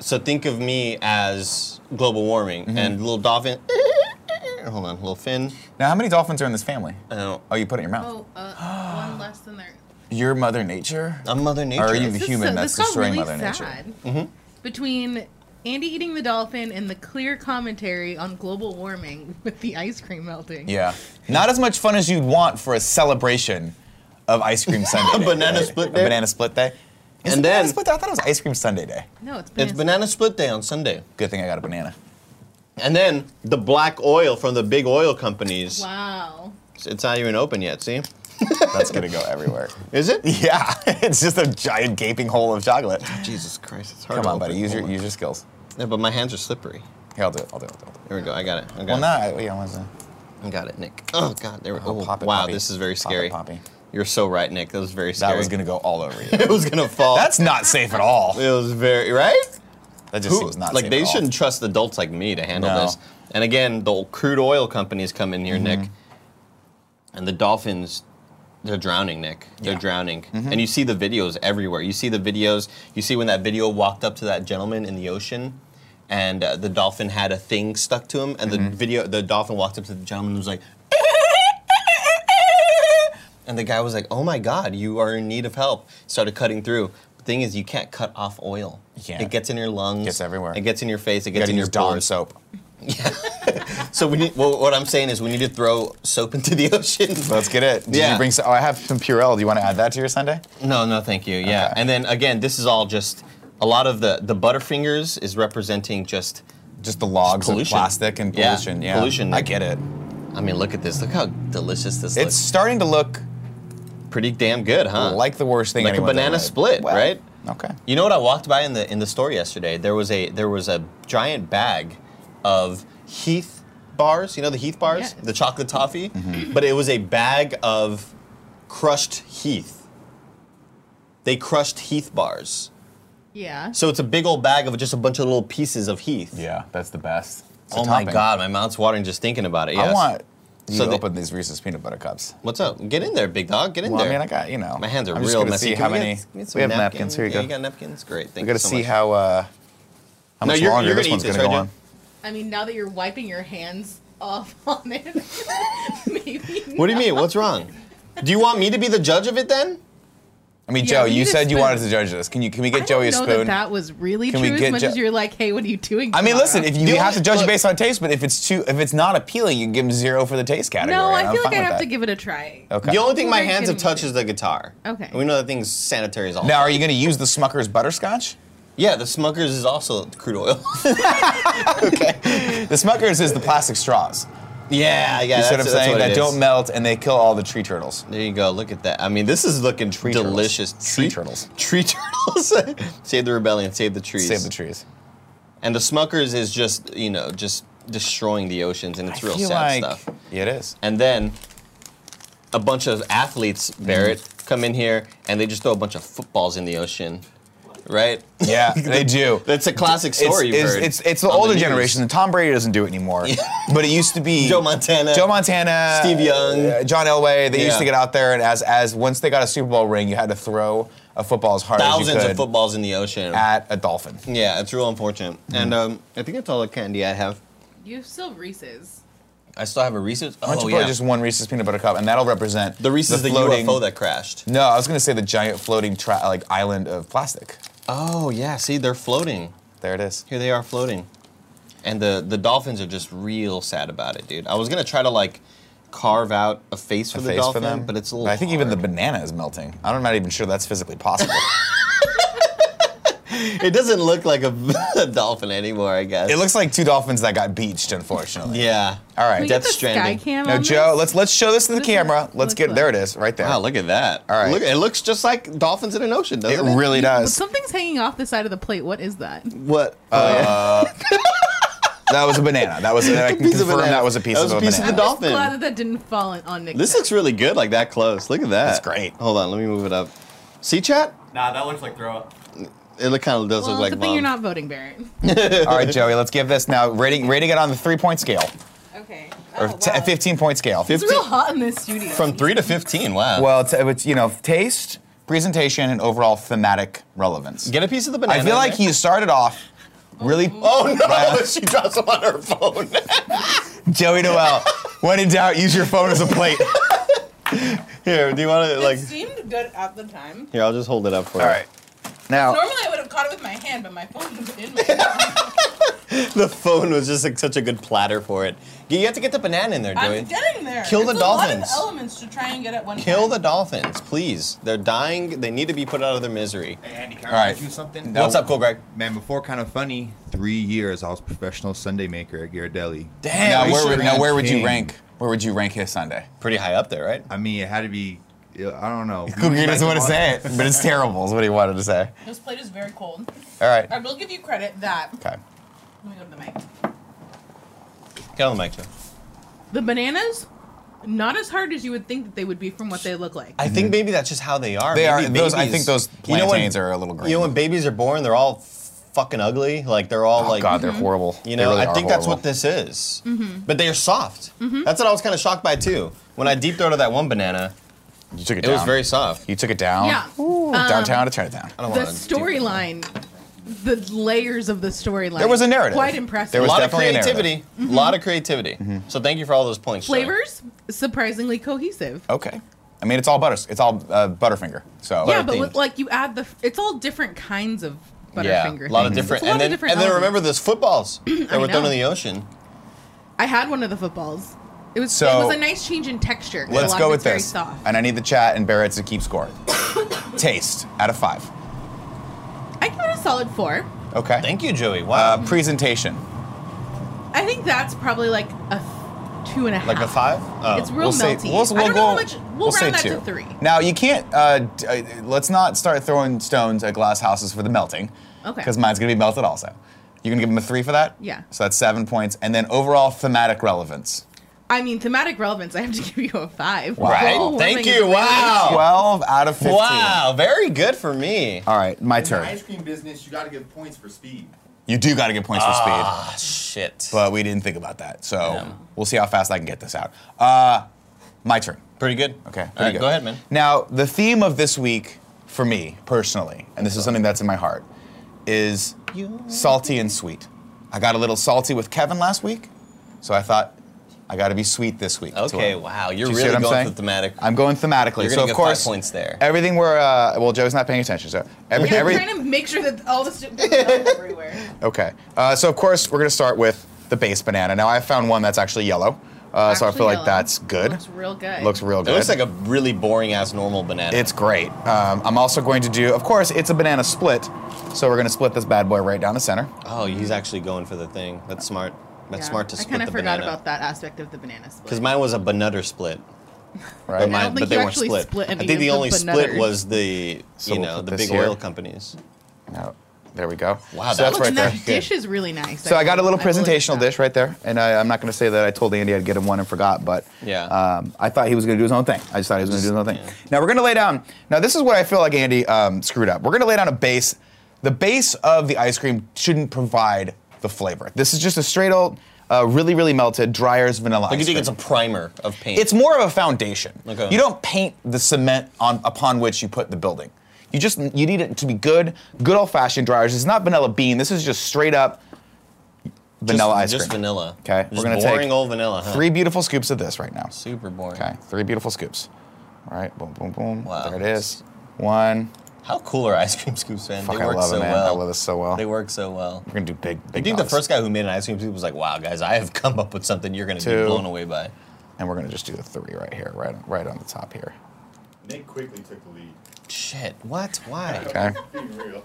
[SPEAKER 2] So think of me as global warming
[SPEAKER 1] Mm-hmm.
[SPEAKER 2] and little dolphin. Hold on, little fin.
[SPEAKER 1] Now, how many dolphins are in this family?
[SPEAKER 2] I don't.
[SPEAKER 1] Oh, you put it in your mouth.
[SPEAKER 7] Oh, uh, one less than there.
[SPEAKER 1] Your mother nature?
[SPEAKER 2] I'm Mother Nature.
[SPEAKER 1] Or are you
[SPEAKER 7] This
[SPEAKER 1] the
[SPEAKER 7] is
[SPEAKER 1] human
[SPEAKER 7] so-
[SPEAKER 1] that's
[SPEAKER 7] this got
[SPEAKER 1] destroying
[SPEAKER 7] really
[SPEAKER 1] mother nature? Mm-hmm.
[SPEAKER 7] sad. Between Andy eating the dolphin and the clear commentary on global warming with the ice cream melting.
[SPEAKER 1] Yeah. Not as much fun as you'd want for a celebration of ice cream Sunday. day,
[SPEAKER 2] banana
[SPEAKER 1] right?
[SPEAKER 2] split
[SPEAKER 1] A
[SPEAKER 2] day?
[SPEAKER 1] banana split day. Is
[SPEAKER 2] And
[SPEAKER 1] it banana
[SPEAKER 2] then-
[SPEAKER 1] split day? I thought it was ice cream Sunday day.
[SPEAKER 7] No, it's
[SPEAKER 2] It's
[SPEAKER 7] banana.
[SPEAKER 2] Banana Split Day on Sunday.
[SPEAKER 1] Good thing I got a banana.
[SPEAKER 2] And then the black oil from the big oil companies.
[SPEAKER 7] Wow.
[SPEAKER 2] It's- It's not even open yet, see?
[SPEAKER 1] That's gonna go everywhere.
[SPEAKER 2] Is it?
[SPEAKER 1] Yeah, it's just a giant gaping hole of chocolate.
[SPEAKER 2] Jesus Christ, it's hard
[SPEAKER 1] Come
[SPEAKER 2] to
[SPEAKER 1] on, buddy,
[SPEAKER 2] open.
[SPEAKER 1] use your
[SPEAKER 2] Hold on.
[SPEAKER 1] use your skills.
[SPEAKER 2] Yeah, but my hands are slippery.
[SPEAKER 1] Here, I'll do it. I'll do it. I'll do it.
[SPEAKER 2] There we go. I got it. I got
[SPEAKER 1] Well,
[SPEAKER 2] it.
[SPEAKER 1] no, I, yeah, I was. Uh,
[SPEAKER 2] I got it, Nick. Oh God, there we go.
[SPEAKER 1] Oh,
[SPEAKER 2] Oh,
[SPEAKER 1] pop it,
[SPEAKER 2] wow,
[SPEAKER 1] Poppy.
[SPEAKER 2] this is very
[SPEAKER 1] Pop it,
[SPEAKER 2] scary.
[SPEAKER 1] Poppy.
[SPEAKER 2] You're so right, Nick. That was very
[SPEAKER 1] that
[SPEAKER 2] scary.
[SPEAKER 1] was gonna go all over you.
[SPEAKER 2] it was gonna fall.
[SPEAKER 1] That's not safe at all.
[SPEAKER 2] it was very right.
[SPEAKER 1] That just
[SPEAKER 2] Who,
[SPEAKER 1] seems not
[SPEAKER 2] like
[SPEAKER 1] safe.
[SPEAKER 2] they
[SPEAKER 1] at all.
[SPEAKER 2] shouldn't trust adults like me to handle
[SPEAKER 1] No.
[SPEAKER 2] this. And again, the old crude oil companies come in here, Nick, and the dolphins. They're drowning, Nick.
[SPEAKER 1] Mm-hmm. Yeah.
[SPEAKER 2] They're
[SPEAKER 1] Mm-hmm.
[SPEAKER 2] drowning. And you see the videos everywhere. You see the videos. You see when that video walked up to that gentleman in the ocean and uh, the dolphin had a thing stuck to him and
[SPEAKER 1] Mm-hmm.
[SPEAKER 2] the video the dolphin walked up to the gentleman and was like and the guy was like, "Oh my god, you are in need of help." Started cutting through. The thing is, you can't cut off oil.
[SPEAKER 1] You can't.
[SPEAKER 2] It gets in your lungs
[SPEAKER 1] Gets everywhere.
[SPEAKER 2] it gets in your face. It
[SPEAKER 1] You
[SPEAKER 2] gets
[SPEAKER 1] gotta
[SPEAKER 2] in your
[SPEAKER 1] use Dawn
[SPEAKER 2] pores.
[SPEAKER 1] soap.
[SPEAKER 2] So we need. Well, what I'm saying is we need to throw soap into the ocean.
[SPEAKER 1] Let's get it. Did
[SPEAKER 2] Yeah.
[SPEAKER 1] you bring? so- Oh, I have some Purell. Do you want to add that to your Sunday?
[SPEAKER 2] No, no, thank you. Yeah,
[SPEAKER 1] Okay.
[SPEAKER 2] and then again, this is all just a lot of the the Butterfingers is representing just.
[SPEAKER 1] Just the logs of
[SPEAKER 2] pollution.
[SPEAKER 1] plastic and
[SPEAKER 2] Yeah,
[SPEAKER 1] pollution. Yeah,
[SPEAKER 2] pollution.
[SPEAKER 1] I get it.
[SPEAKER 2] I mean, look at this. Look how delicious this
[SPEAKER 1] It's starting to look
[SPEAKER 2] looks. Pretty damn good, huh?
[SPEAKER 1] like the worst thing.
[SPEAKER 2] Like a
[SPEAKER 1] anyone's ever
[SPEAKER 2] banana
[SPEAKER 1] made.
[SPEAKER 2] split,
[SPEAKER 1] Well,
[SPEAKER 2] right?
[SPEAKER 1] Okay.
[SPEAKER 2] You know what I walked by in the in the store yesterday? There was a there was a giant bag of Heath bars. You know the Heath bars,
[SPEAKER 7] Yes.
[SPEAKER 2] the chocolate toffee.
[SPEAKER 1] Mm-hmm.
[SPEAKER 2] But it was a bag of crushed Heath. They crushed Heath bars.
[SPEAKER 7] Yeah.
[SPEAKER 2] So it's a big old bag of just a bunch of little pieces of Heath.
[SPEAKER 1] Yeah, that's the best. It's a
[SPEAKER 2] Oh my
[SPEAKER 1] topping.
[SPEAKER 2] God, my mouth's watering just thinking about it. Yes.
[SPEAKER 1] I want you
[SPEAKER 2] So
[SPEAKER 1] to
[SPEAKER 2] the-
[SPEAKER 1] open these Reese's peanut butter cups.
[SPEAKER 2] What's up? Get in there, big dog. Get in
[SPEAKER 1] Well, I
[SPEAKER 2] there.
[SPEAKER 1] mean, I got you know.
[SPEAKER 2] my hands are
[SPEAKER 1] I'm just
[SPEAKER 2] real
[SPEAKER 1] gonna
[SPEAKER 2] messy.
[SPEAKER 1] See
[SPEAKER 2] Can
[SPEAKER 1] how
[SPEAKER 2] we get-
[SPEAKER 1] many?
[SPEAKER 2] can we, get some
[SPEAKER 1] we have napkins. Here you
[SPEAKER 2] Yeah,
[SPEAKER 1] go.
[SPEAKER 2] You got napkins. Great. Thank
[SPEAKER 1] we
[SPEAKER 2] you
[SPEAKER 1] got to
[SPEAKER 2] so
[SPEAKER 1] see
[SPEAKER 2] much.
[SPEAKER 1] how uh, how
[SPEAKER 2] No,
[SPEAKER 1] much
[SPEAKER 2] you're-
[SPEAKER 1] longer
[SPEAKER 2] you're
[SPEAKER 1] this
[SPEAKER 2] gonna
[SPEAKER 1] one's
[SPEAKER 2] eat this,
[SPEAKER 1] gonna go
[SPEAKER 2] right,
[SPEAKER 1] on.
[SPEAKER 7] I mean, now that you're wiping your hands off on it, maybe.
[SPEAKER 2] What do you mean? What's wrong? Do you want me to be the judge of it then?
[SPEAKER 1] I mean,
[SPEAKER 7] Yeah,
[SPEAKER 1] Joe,
[SPEAKER 7] we need
[SPEAKER 1] you
[SPEAKER 7] a
[SPEAKER 1] said you
[SPEAKER 7] spoon.
[SPEAKER 1] wanted to judge this. Can you can we get
[SPEAKER 7] I
[SPEAKER 1] Joey
[SPEAKER 7] don't
[SPEAKER 1] a
[SPEAKER 7] know
[SPEAKER 1] spoon?
[SPEAKER 7] that that was really
[SPEAKER 1] Can we
[SPEAKER 7] true. As
[SPEAKER 1] get
[SPEAKER 7] much
[SPEAKER 1] Jo-
[SPEAKER 7] as you're like, hey, what are you doing?
[SPEAKER 1] I mean,
[SPEAKER 7] tomorrow?"
[SPEAKER 1] listen, if you,
[SPEAKER 2] The
[SPEAKER 1] have to
[SPEAKER 2] only-
[SPEAKER 1] judge
[SPEAKER 2] look-
[SPEAKER 1] based on taste, but if it's too if it's not appealing, you give him zero for the taste category.
[SPEAKER 7] no,
[SPEAKER 1] and
[SPEAKER 7] I
[SPEAKER 1] I'm
[SPEAKER 7] feel like
[SPEAKER 1] fine
[SPEAKER 7] I
[SPEAKER 1] with
[SPEAKER 7] have
[SPEAKER 1] that.
[SPEAKER 7] to give it a try.
[SPEAKER 1] Okay.
[SPEAKER 2] The only thing my
[SPEAKER 7] Very
[SPEAKER 2] hands have
[SPEAKER 7] kidding.
[SPEAKER 2] touched is the guitar.
[SPEAKER 7] Okay.
[SPEAKER 2] We know that thing's sanitary as all.
[SPEAKER 1] now, are you going to use the Smucker's butterscotch?
[SPEAKER 2] yeah, the Smuckers is also crude oil.
[SPEAKER 1] The Smucker's is the plastic straws.
[SPEAKER 2] yeah, yeah.
[SPEAKER 1] You
[SPEAKER 2] that's,
[SPEAKER 1] see what I'm
[SPEAKER 2] that's
[SPEAKER 1] saying?
[SPEAKER 2] what it
[SPEAKER 1] that
[SPEAKER 2] is.
[SPEAKER 1] don't melt and they kill all the tree turtles.
[SPEAKER 2] There you go. Look at that. I mean, this is looking tree
[SPEAKER 1] turtles.
[SPEAKER 2] delicious.
[SPEAKER 1] Tree turtles.
[SPEAKER 2] Tree turtles. save the rebellion. Save the trees.
[SPEAKER 1] Save the trees.
[SPEAKER 2] And the Smuckers is just you know just destroying the oceans, and it's
[SPEAKER 1] I
[SPEAKER 2] real
[SPEAKER 1] feel
[SPEAKER 2] sad
[SPEAKER 1] like
[SPEAKER 2] stuff.
[SPEAKER 1] Yeah, it is.
[SPEAKER 2] And then a bunch of athletes, Barrett,
[SPEAKER 1] Mm-hmm.
[SPEAKER 2] come in here and they just throw a bunch of footballs in the ocean, right?
[SPEAKER 1] Yeah, they do.
[SPEAKER 2] That's a classic
[SPEAKER 1] It's,
[SPEAKER 2] story. you've
[SPEAKER 1] it's,
[SPEAKER 2] heard
[SPEAKER 1] it's, it's the
[SPEAKER 2] on
[SPEAKER 1] older
[SPEAKER 2] news.
[SPEAKER 1] generation, and Tom Brady doesn't do it anymore. but it used to be
[SPEAKER 2] Joe Montana.
[SPEAKER 1] Joe Montana,
[SPEAKER 2] Steve Young.
[SPEAKER 1] uh, John Elway. They used
[SPEAKER 2] Yeah.
[SPEAKER 1] to get out there and as as once they got a Super Bowl ring, you had to throw a football as hard as you
[SPEAKER 2] Thousands
[SPEAKER 1] could Ah.
[SPEAKER 2] of Oh, footballs in the ocean.
[SPEAKER 1] at a dolphin.
[SPEAKER 2] yeah, it's real unfortunate.
[SPEAKER 1] Mm-hmm.
[SPEAKER 2] And um, I think that's all the candy I have.
[SPEAKER 7] You still have Reese's.
[SPEAKER 2] I still have a Reese's.
[SPEAKER 1] Why don't
[SPEAKER 2] Oh
[SPEAKER 1] you put
[SPEAKER 2] yeah,
[SPEAKER 1] just one Reese's peanut butter cup, and that'll represent
[SPEAKER 2] the Reese's the,
[SPEAKER 1] floating-
[SPEAKER 2] UFO that crashed.
[SPEAKER 1] No, I was gonna say the giant floating tra- like island of plastic.
[SPEAKER 2] Oh yeah, see they're floating.
[SPEAKER 1] There it is.
[SPEAKER 2] Here they are floating. And the the dolphins are just real sad about it, dude. I was gonna try to like carve out a face for
[SPEAKER 1] A
[SPEAKER 2] the
[SPEAKER 1] face
[SPEAKER 2] dolphin,
[SPEAKER 1] for them,
[SPEAKER 2] but it's a little.
[SPEAKER 1] I think even the
[SPEAKER 2] hard.
[SPEAKER 1] banana is melting. I'm not even sure that's physically possible.
[SPEAKER 2] it doesn't look like a, a dolphin anymore. I guess
[SPEAKER 1] it looks like two dolphins that got beached, unfortunately.
[SPEAKER 2] Yeah.
[SPEAKER 1] All
[SPEAKER 7] Can we
[SPEAKER 1] right.
[SPEAKER 2] Death
[SPEAKER 7] get the
[SPEAKER 2] Stranding.
[SPEAKER 7] sky cam
[SPEAKER 1] Now,
[SPEAKER 7] on
[SPEAKER 1] Joe,
[SPEAKER 7] this?
[SPEAKER 1] let's let's show this to the
[SPEAKER 7] This is-
[SPEAKER 1] camera. Let's
[SPEAKER 7] looks
[SPEAKER 1] get
[SPEAKER 7] like-
[SPEAKER 1] there. It is right there.
[SPEAKER 2] Wow, look at that.
[SPEAKER 1] All right.
[SPEAKER 2] Look, it looks just like dolphins in an ocean,
[SPEAKER 1] it
[SPEAKER 2] doesn't it?
[SPEAKER 1] really
[SPEAKER 7] But
[SPEAKER 1] does.
[SPEAKER 7] Something's hanging off the side of the plate. What is that?
[SPEAKER 2] What?
[SPEAKER 1] Oh,
[SPEAKER 2] Uh,
[SPEAKER 1] That was a banana. That was. I can
[SPEAKER 2] Piece of
[SPEAKER 1] confirm
[SPEAKER 2] banana.
[SPEAKER 1] that was a piece
[SPEAKER 2] That was
[SPEAKER 1] of
[SPEAKER 2] a
[SPEAKER 1] a
[SPEAKER 2] piece of
[SPEAKER 1] banana.
[SPEAKER 2] the dolphin.
[SPEAKER 7] Glad that that didn't fall on- on Nick.
[SPEAKER 2] this looks really good, like that close. Look at that.
[SPEAKER 1] That's great.
[SPEAKER 2] Hold on, let me move it up. See, chat?
[SPEAKER 5] Nah, that looks like throw up.
[SPEAKER 2] It look, kind of does
[SPEAKER 7] well,
[SPEAKER 2] look like.
[SPEAKER 7] good thing you're
[SPEAKER 2] bomb.
[SPEAKER 7] not voting, Barrett.
[SPEAKER 1] All right, Joey. Let's give this now. Rating rating it on the three point scale
[SPEAKER 7] Okay.
[SPEAKER 1] or
[SPEAKER 7] Oh,
[SPEAKER 1] t-
[SPEAKER 7] wow.
[SPEAKER 1] 15 point scale.
[SPEAKER 7] It's real hot in this studio.
[SPEAKER 2] From three to fifteen. Wow.
[SPEAKER 1] Well, it's, it's you know taste, presentation, and overall thematic relevance.
[SPEAKER 2] get a piece of the banana.
[SPEAKER 1] I feel
[SPEAKER 2] in
[SPEAKER 1] like
[SPEAKER 2] there.
[SPEAKER 1] he started off really.
[SPEAKER 2] Oh
[SPEAKER 1] Wow.
[SPEAKER 2] no! she drops them on her phone.
[SPEAKER 1] Joey Noel. when in doubt, use your phone as a plate.
[SPEAKER 2] Here, do you want to like?
[SPEAKER 6] it seemed good at the time.
[SPEAKER 2] Here, I'll just hold it up for
[SPEAKER 1] All
[SPEAKER 2] you.
[SPEAKER 1] right. Now,
[SPEAKER 6] Normally I would have caught it with my hand, but my phone was in my hand.
[SPEAKER 2] The phone was just like such a good platter for it. You you have to get the banana in there, Joey.
[SPEAKER 6] I'm getting there.
[SPEAKER 2] Kill the
[SPEAKER 6] It's
[SPEAKER 2] dolphins.
[SPEAKER 6] A lot of elements to try and get at one.
[SPEAKER 2] Kill the
[SPEAKER 6] time.
[SPEAKER 2] dolphins, please. They're dying. They need to be put out of their misery.
[SPEAKER 8] Hey, Andy, can I
[SPEAKER 1] All right.
[SPEAKER 8] ask you something?
[SPEAKER 1] No.
[SPEAKER 2] What's up, Cool Greg?
[SPEAKER 8] Man, before kind of funny, three years I was professional Sunday maker at Ghirardelli.
[SPEAKER 1] now,
[SPEAKER 2] we
[SPEAKER 1] where, would,
[SPEAKER 2] should've
[SPEAKER 1] now
[SPEAKER 8] had
[SPEAKER 1] where would you
[SPEAKER 8] King.
[SPEAKER 1] rank? Where would you rank his Sunday?
[SPEAKER 2] Pretty high up there, right?
[SPEAKER 8] I mean, it had to be. I don't know.
[SPEAKER 1] Cookie doesn't want to say it, but it's terrible. Is what he wanted to say.
[SPEAKER 6] This plate is very cold.
[SPEAKER 1] All right.
[SPEAKER 6] I will give you credit that.
[SPEAKER 1] Okay.
[SPEAKER 6] Let me go to the mic.
[SPEAKER 2] Get on the mic, Joe.
[SPEAKER 7] The bananas, not as hard as you would think that they would be from what they look like.
[SPEAKER 2] I think maybe that's just how they are.
[SPEAKER 1] They
[SPEAKER 2] Maybe
[SPEAKER 1] are- those- I
[SPEAKER 2] babies-
[SPEAKER 1] think those
[SPEAKER 2] You know when-
[SPEAKER 1] plantains are a little green.
[SPEAKER 2] You know when babies are born, they're all fucking ugly. Like they're all
[SPEAKER 1] Oh
[SPEAKER 2] like
[SPEAKER 1] God, they're horrible.
[SPEAKER 2] You
[SPEAKER 1] They
[SPEAKER 2] know,
[SPEAKER 1] really
[SPEAKER 2] I
[SPEAKER 1] are
[SPEAKER 2] think that's
[SPEAKER 1] horrible.
[SPEAKER 2] what this is. But they are soft. That's what I was kind of shocked by too. When I deep throated that one banana,
[SPEAKER 1] You took it
[SPEAKER 2] it
[SPEAKER 1] down.
[SPEAKER 2] was very soft.
[SPEAKER 1] You took it down.
[SPEAKER 7] Yeah. Um,
[SPEAKER 1] Downtown to Chinatown.
[SPEAKER 2] I don't
[SPEAKER 7] the
[SPEAKER 2] wanna deep throat that.
[SPEAKER 7] storyline, the layers of the storyline.
[SPEAKER 1] There was a narrative.
[SPEAKER 7] Quite impressive.
[SPEAKER 1] There
[SPEAKER 2] A
[SPEAKER 1] was
[SPEAKER 2] lot of
[SPEAKER 1] definitely Mm-hmm. a narrative.
[SPEAKER 2] creativity. A
[SPEAKER 7] Mm-hmm.
[SPEAKER 2] lot of creativity. So thank you for all those points. Joey.
[SPEAKER 7] flavors surprisingly cohesive.
[SPEAKER 1] Okay. I mean, it's all butter. It's all uh, Butterfinger. So
[SPEAKER 7] yeah, but
[SPEAKER 2] themed.
[SPEAKER 7] with, like you add the, it's all different kinds of
[SPEAKER 2] Yeah,
[SPEAKER 7] butterfinger.
[SPEAKER 2] a lot of
[SPEAKER 1] Mm-hmm.
[SPEAKER 7] things.
[SPEAKER 2] different.
[SPEAKER 7] It's a lot
[SPEAKER 2] and
[SPEAKER 7] of
[SPEAKER 2] then,
[SPEAKER 7] different
[SPEAKER 2] and then
[SPEAKER 7] elements.
[SPEAKER 2] remember those footballs that
[SPEAKER 7] I
[SPEAKER 2] were thrown
[SPEAKER 7] know.
[SPEAKER 2] in the ocean.
[SPEAKER 7] I had one of the footballs. It was
[SPEAKER 1] So-
[SPEAKER 7] it was a nice change in texture. 'cause a
[SPEAKER 1] let's
[SPEAKER 7] lot
[SPEAKER 1] go
[SPEAKER 7] of
[SPEAKER 1] with
[SPEAKER 7] it's very
[SPEAKER 1] this.
[SPEAKER 7] soft.
[SPEAKER 1] And I need the chat and Barrett to keep score. Taste out of five.
[SPEAKER 7] I give it a solid four.
[SPEAKER 1] Okay.
[SPEAKER 2] Thank you, Joey. Wow.
[SPEAKER 1] Uh, presentation.
[SPEAKER 7] I think that's probably like a f- two and a half.
[SPEAKER 2] like a five? Oh.
[SPEAKER 7] It's real
[SPEAKER 1] we'll
[SPEAKER 7] melty.
[SPEAKER 1] Say, we'll,
[SPEAKER 7] I
[SPEAKER 1] we'll go,
[SPEAKER 7] don't know how much. We'll,
[SPEAKER 1] we'll say
[SPEAKER 7] round that
[SPEAKER 1] two.
[SPEAKER 7] to three.
[SPEAKER 1] Now you can't. Uh, d- uh, let's not start throwing stones at glass houses for the melting.
[SPEAKER 7] Okay.
[SPEAKER 1] Because mine's gonna be melted also. You're gonna give him a three for that.
[SPEAKER 7] Yeah.
[SPEAKER 1] So that's seven points, and then overall thematic relevance.
[SPEAKER 7] I mean, thematic relevance. I have to give you a five.
[SPEAKER 1] Wow.
[SPEAKER 2] Right.
[SPEAKER 7] Global
[SPEAKER 2] Thank
[SPEAKER 7] warming is
[SPEAKER 2] you.
[SPEAKER 7] really-
[SPEAKER 2] Wow.
[SPEAKER 1] Twelve out of fifteen.
[SPEAKER 2] Oh. Wow. Very good for me.
[SPEAKER 1] All right, my
[SPEAKER 8] In the
[SPEAKER 1] turn.
[SPEAKER 8] ice cream business, you got to give points for speed.
[SPEAKER 1] You do got to get points for speed.
[SPEAKER 2] Ah, shit.
[SPEAKER 1] but we didn't think about that. So we'll see how fast I can get this out. Uh, my turn.
[SPEAKER 2] pretty good.
[SPEAKER 1] Okay.
[SPEAKER 2] All
[SPEAKER 1] pretty
[SPEAKER 2] right,
[SPEAKER 1] good.
[SPEAKER 2] go ahead, man.
[SPEAKER 1] Now, the theme of this week for me personally, and this is something that's in my heart, is salty and sweet. I got a little salty with Kevin last week, so I thought I got to be sweet this week. as
[SPEAKER 2] Okay,
[SPEAKER 1] well.
[SPEAKER 2] wow.
[SPEAKER 1] Do
[SPEAKER 2] You're
[SPEAKER 1] you see
[SPEAKER 2] really
[SPEAKER 1] what I'm
[SPEAKER 2] going
[SPEAKER 1] saying?
[SPEAKER 2] for thematic.
[SPEAKER 1] I'm going thematically.
[SPEAKER 2] You're gonna
[SPEAKER 1] so of
[SPEAKER 2] get five
[SPEAKER 1] course,
[SPEAKER 2] points there.
[SPEAKER 1] Everything we're uh, well, Joe's not paying attention, so every,
[SPEAKER 7] Yeah, I'm
[SPEAKER 1] every
[SPEAKER 7] trying to make sure that all the students everywhere.
[SPEAKER 1] Okay. Uh, so of course we're gonna start with the base banana. Now I found one that's actually yellow, uh, so I
[SPEAKER 7] Actually
[SPEAKER 1] feel like
[SPEAKER 7] yellow.
[SPEAKER 1] that's good.
[SPEAKER 7] Looks real good.
[SPEAKER 1] Looks real
[SPEAKER 2] it
[SPEAKER 1] good.
[SPEAKER 2] looks like a really boring ass normal banana.
[SPEAKER 1] It's great. Um, I'm also going to do. Of course, it's a banana split, so we're gonna split this bad boy right down the center.
[SPEAKER 2] oh, he's actually going for the thing. That's smart. That's
[SPEAKER 7] Yeah.
[SPEAKER 2] smart to
[SPEAKER 7] I
[SPEAKER 2] split
[SPEAKER 7] kind
[SPEAKER 2] the
[SPEAKER 7] of forgot
[SPEAKER 2] banana.
[SPEAKER 7] about that aspect of the banana split.
[SPEAKER 2] Because mine was a banutter split.
[SPEAKER 1] Right.
[SPEAKER 7] I
[SPEAKER 2] Mine-
[SPEAKER 7] don't
[SPEAKER 2] but
[SPEAKER 7] think
[SPEAKER 2] they
[SPEAKER 7] you
[SPEAKER 2] weren't
[SPEAKER 7] actually
[SPEAKER 2] split.
[SPEAKER 7] split
[SPEAKER 2] I
[SPEAKER 7] any
[SPEAKER 2] think
[SPEAKER 7] of
[SPEAKER 2] the
[SPEAKER 7] the
[SPEAKER 2] only split
[SPEAKER 7] banutters.
[SPEAKER 2] was the
[SPEAKER 1] So
[SPEAKER 2] you
[SPEAKER 1] we'll
[SPEAKER 2] know
[SPEAKER 1] put
[SPEAKER 2] the
[SPEAKER 1] this
[SPEAKER 2] big
[SPEAKER 1] here.
[SPEAKER 2] oil companies.
[SPEAKER 1] No, there we go.
[SPEAKER 2] Wow,
[SPEAKER 1] so
[SPEAKER 2] that
[SPEAKER 1] that's
[SPEAKER 2] looks
[SPEAKER 1] right
[SPEAKER 7] and
[SPEAKER 1] there.
[SPEAKER 7] that dish is really nice.
[SPEAKER 1] So I got a
[SPEAKER 7] will-
[SPEAKER 1] little
[SPEAKER 7] will admit
[SPEAKER 1] presentational
[SPEAKER 7] that.
[SPEAKER 1] dish right there, and I, I'm not going to say that I told Andy I'd get him one and forgot, but
[SPEAKER 2] Yeah.
[SPEAKER 1] um, I thought he was going to do his own thing. I just thought he was going to do his own thing. Now we're going to lay down. Now this is what I feel like Andy um, screwed up. We're going to lay down a base. The base of the ice cream shouldn't provide the flavor. This is just a straight old, uh, really really melted Dryer's vanilla.
[SPEAKER 2] Like you
[SPEAKER 1] ice
[SPEAKER 2] think
[SPEAKER 1] cream.
[SPEAKER 2] it's a primer of paint.
[SPEAKER 1] It's more of a foundation.
[SPEAKER 2] Okay.
[SPEAKER 1] You don't paint the cement on upon which you put the building. You just you need it to be good, good old fashioned dryers. It's not vanilla bean. This is just straight up vanilla ice
[SPEAKER 2] just, Just
[SPEAKER 1] cream.
[SPEAKER 2] vanilla.
[SPEAKER 1] Okay,
[SPEAKER 2] Just
[SPEAKER 1] we're gonna
[SPEAKER 2] boring
[SPEAKER 1] take
[SPEAKER 2] old vanilla. Huh?
[SPEAKER 1] Three beautiful scoops of this right now.
[SPEAKER 2] super boring.
[SPEAKER 1] Okay, three beautiful scoops. All right, boom, boom, boom.
[SPEAKER 2] Wow.
[SPEAKER 1] There it is. One.
[SPEAKER 2] How cool are ice cream scoops, man?
[SPEAKER 1] Fuck,
[SPEAKER 2] they
[SPEAKER 1] I
[SPEAKER 2] work
[SPEAKER 1] love
[SPEAKER 2] so
[SPEAKER 1] it, man.
[SPEAKER 2] well.
[SPEAKER 1] I love this so well.
[SPEAKER 2] They work so well.
[SPEAKER 1] We're gonna do big,
[SPEAKER 2] I
[SPEAKER 1] big.
[SPEAKER 2] think the
[SPEAKER 1] dogs.
[SPEAKER 2] first guy who made an ice cream scoop was like, "Wow, guys, I have come up with something you're gonna
[SPEAKER 1] Two.
[SPEAKER 2] be blown away by."
[SPEAKER 1] and we're gonna just do the three right here, right, right on the top here.
[SPEAKER 8] Nick quickly took the lead.
[SPEAKER 2] Shit! What? Why?
[SPEAKER 1] Okay.
[SPEAKER 8] Being real.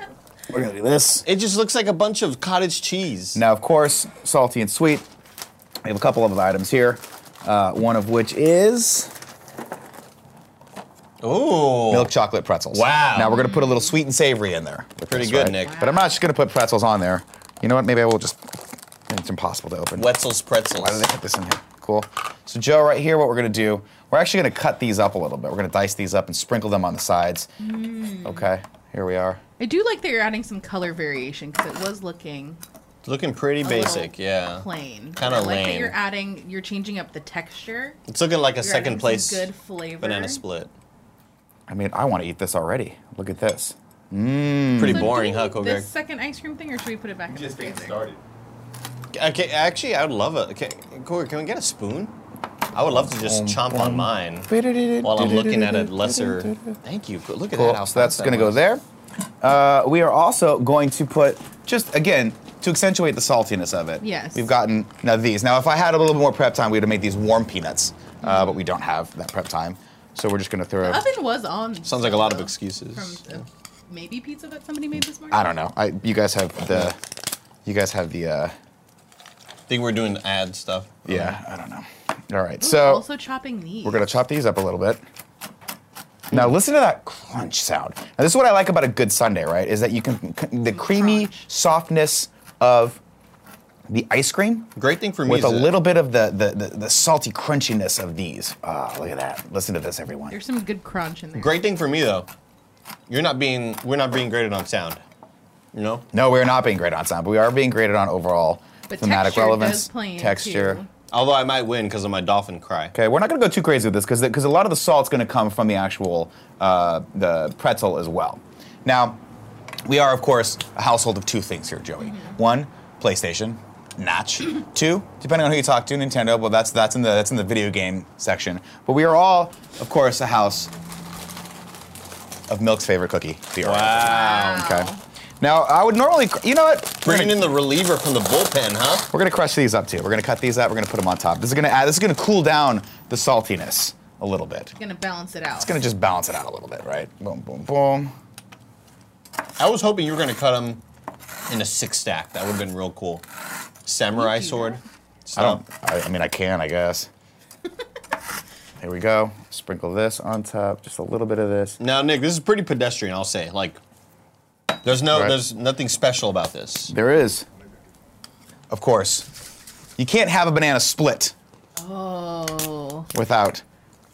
[SPEAKER 1] we're gonna do this.
[SPEAKER 2] It just looks like a bunch of cottage cheese.
[SPEAKER 1] Now, of course, salty and sweet. We have a couple of items here. Uh, one of which is
[SPEAKER 2] Ooh.
[SPEAKER 1] milk chocolate pretzels.
[SPEAKER 2] Wow.
[SPEAKER 1] Now we're gonna put a little sweet and savory in there. with
[SPEAKER 2] Pretty
[SPEAKER 1] this,
[SPEAKER 2] good,
[SPEAKER 1] right?
[SPEAKER 2] Nick.
[SPEAKER 1] But I'm not just gonna put pretzels on there. You know what? Maybe I will just. It's impossible to open.
[SPEAKER 2] Wetzel's pretzels.
[SPEAKER 1] Why did they put this in here? Cool. So Joe, right here, what we're gonna do? We're actually gonna cut these up a little bit. We're gonna dice these up and sprinkle them on the sides.
[SPEAKER 2] Mm.
[SPEAKER 1] Okay. Here we are.
[SPEAKER 7] I do like that you're adding some color variation because it was looking
[SPEAKER 2] It's looking pretty
[SPEAKER 7] a
[SPEAKER 2] basic,
[SPEAKER 7] little
[SPEAKER 2] yeah.
[SPEAKER 7] Oh, plain.
[SPEAKER 2] Kinda
[SPEAKER 7] I Like that
[SPEAKER 2] lame.
[SPEAKER 7] you're adding, you're changing up the texture.
[SPEAKER 2] It's looking like a
[SPEAKER 7] You're adding
[SPEAKER 2] second
[SPEAKER 7] some
[SPEAKER 2] place
[SPEAKER 7] good flavor.
[SPEAKER 2] banana split.
[SPEAKER 1] I mean, I want to eat this already. Look at this. Hmm.
[SPEAKER 2] Pretty
[SPEAKER 7] So do
[SPEAKER 2] boring,
[SPEAKER 7] we
[SPEAKER 2] huh,
[SPEAKER 7] need
[SPEAKER 2] Cool
[SPEAKER 7] This
[SPEAKER 2] Greg?
[SPEAKER 7] second ice cream thing, or should we put it back in the
[SPEAKER 8] Just getting
[SPEAKER 7] freezer?
[SPEAKER 8] started.
[SPEAKER 2] Okay, actually, I would love it. Okay, Corey, can we get a spoon? I I would love to just chomp on mine while I'm looking at a lesser. Thank you. Look at that.
[SPEAKER 1] Cool.
[SPEAKER 2] how
[SPEAKER 1] So that's
[SPEAKER 2] fast
[SPEAKER 1] going to
[SPEAKER 2] that
[SPEAKER 1] go
[SPEAKER 2] was.
[SPEAKER 1] there. Uh, we are also going to put just again to accentuate the saltiness of it.
[SPEAKER 7] Yes.
[SPEAKER 1] We've gotten now these. Now, if I had a little bit more prep time, we would have made these warm peanuts, uh, but we don't have that prep time, so we're just going to throw.
[SPEAKER 7] Oven was on.
[SPEAKER 2] Sounds like a lot of
[SPEAKER 7] though,
[SPEAKER 2] excuses.
[SPEAKER 7] From the maybe pizza that somebody made this morning.
[SPEAKER 1] I don't know. I, you guys have the. You guys have the. Uh,
[SPEAKER 2] I think we're doing ad stuff.
[SPEAKER 1] yeah, I don't know. All right,
[SPEAKER 7] Ooh,
[SPEAKER 1] so
[SPEAKER 7] also chopping these.
[SPEAKER 1] we're gonna chop these up a little bit. Now listen to that crunch sound. Now this is what I like about a good Sunday, right? Is that you can the creamy
[SPEAKER 7] Crunch.
[SPEAKER 1] softness of the ice cream
[SPEAKER 2] Great thing for me
[SPEAKER 1] with
[SPEAKER 2] is
[SPEAKER 1] a
[SPEAKER 2] that-
[SPEAKER 1] little bit of the, the, the, the salty crunchiness of these. Ah, look at that. Listen to this, everyone.
[SPEAKER 7] There's some good crunch in there.
[SPEAKER 2] Great thing for me though, you're not being we're not being graded on sound. You know?
[SPEAKER 1] No, we're not being graded on sound, but we are being graded on overall
[SPEAKER 7] But
[SPEAKER 1] thematic
[SPEAKER 7] texture does
[SPEAKER 1] relevance,
[SPEAKER 7] play in,
[SPEAKER 1] texture.
[SPEAKER 7] too.
[SPEAKER 2] Although I might win because of my dolphin cry.
[SPEAKER 1] Okay, we're not gonna go too crazy with this because because a lot of the salt's gonna come from the actual uh, the pretzel as well. Now, we are of course a household of two things here, Joey. One, PlayStation, Notch. Two, depending on who you talk to, Nintendo. Well, that's that's in the that's in the video game section. But we are all, of course, a house of Milk's favorite cookie, the Oreo.
[SPEAKER 2] Wow.
[SPEAKER 1] Okay. Now, I would normally, cr- you know what? We're
[SPEAKER 2] Bringing
[SPEAKER 1] gonna-
[SPEAKER 2] in the reliever from the bullpen, huh?
[SPEAKER 1] we're gonna crush these up too. We're gonna cut these out. We're gonna put them on top. This is gonna add. This is gonna cool down the saltiness a little bit.
[SPEAKER 7] Gonna balance it out.
[SPEAKER 1] It's gonna just balance it out a little bit, right? Boom, boom, boom.
[SPEAKER 2] I was hoping you were gonna cut him in a six stack. That would have been real cool. Samurai sword.
[SPEAKER 1] I don't. Oh, I, I mean, I can, I guess. Here we go. Sprinkle this on top. Just a little bit of this.
[SPEAKER 2] Now, Nick, this is pretty pedestrian. I'll say, like, there's no,
[SPEAKER 1] Right.
[SPEAKER 2] there's nothing special about this.
[SPEAKER 1] There is. Of course, you can't have a banana split
[SPEAKER 7] Oh.
[SPEAKER 1] without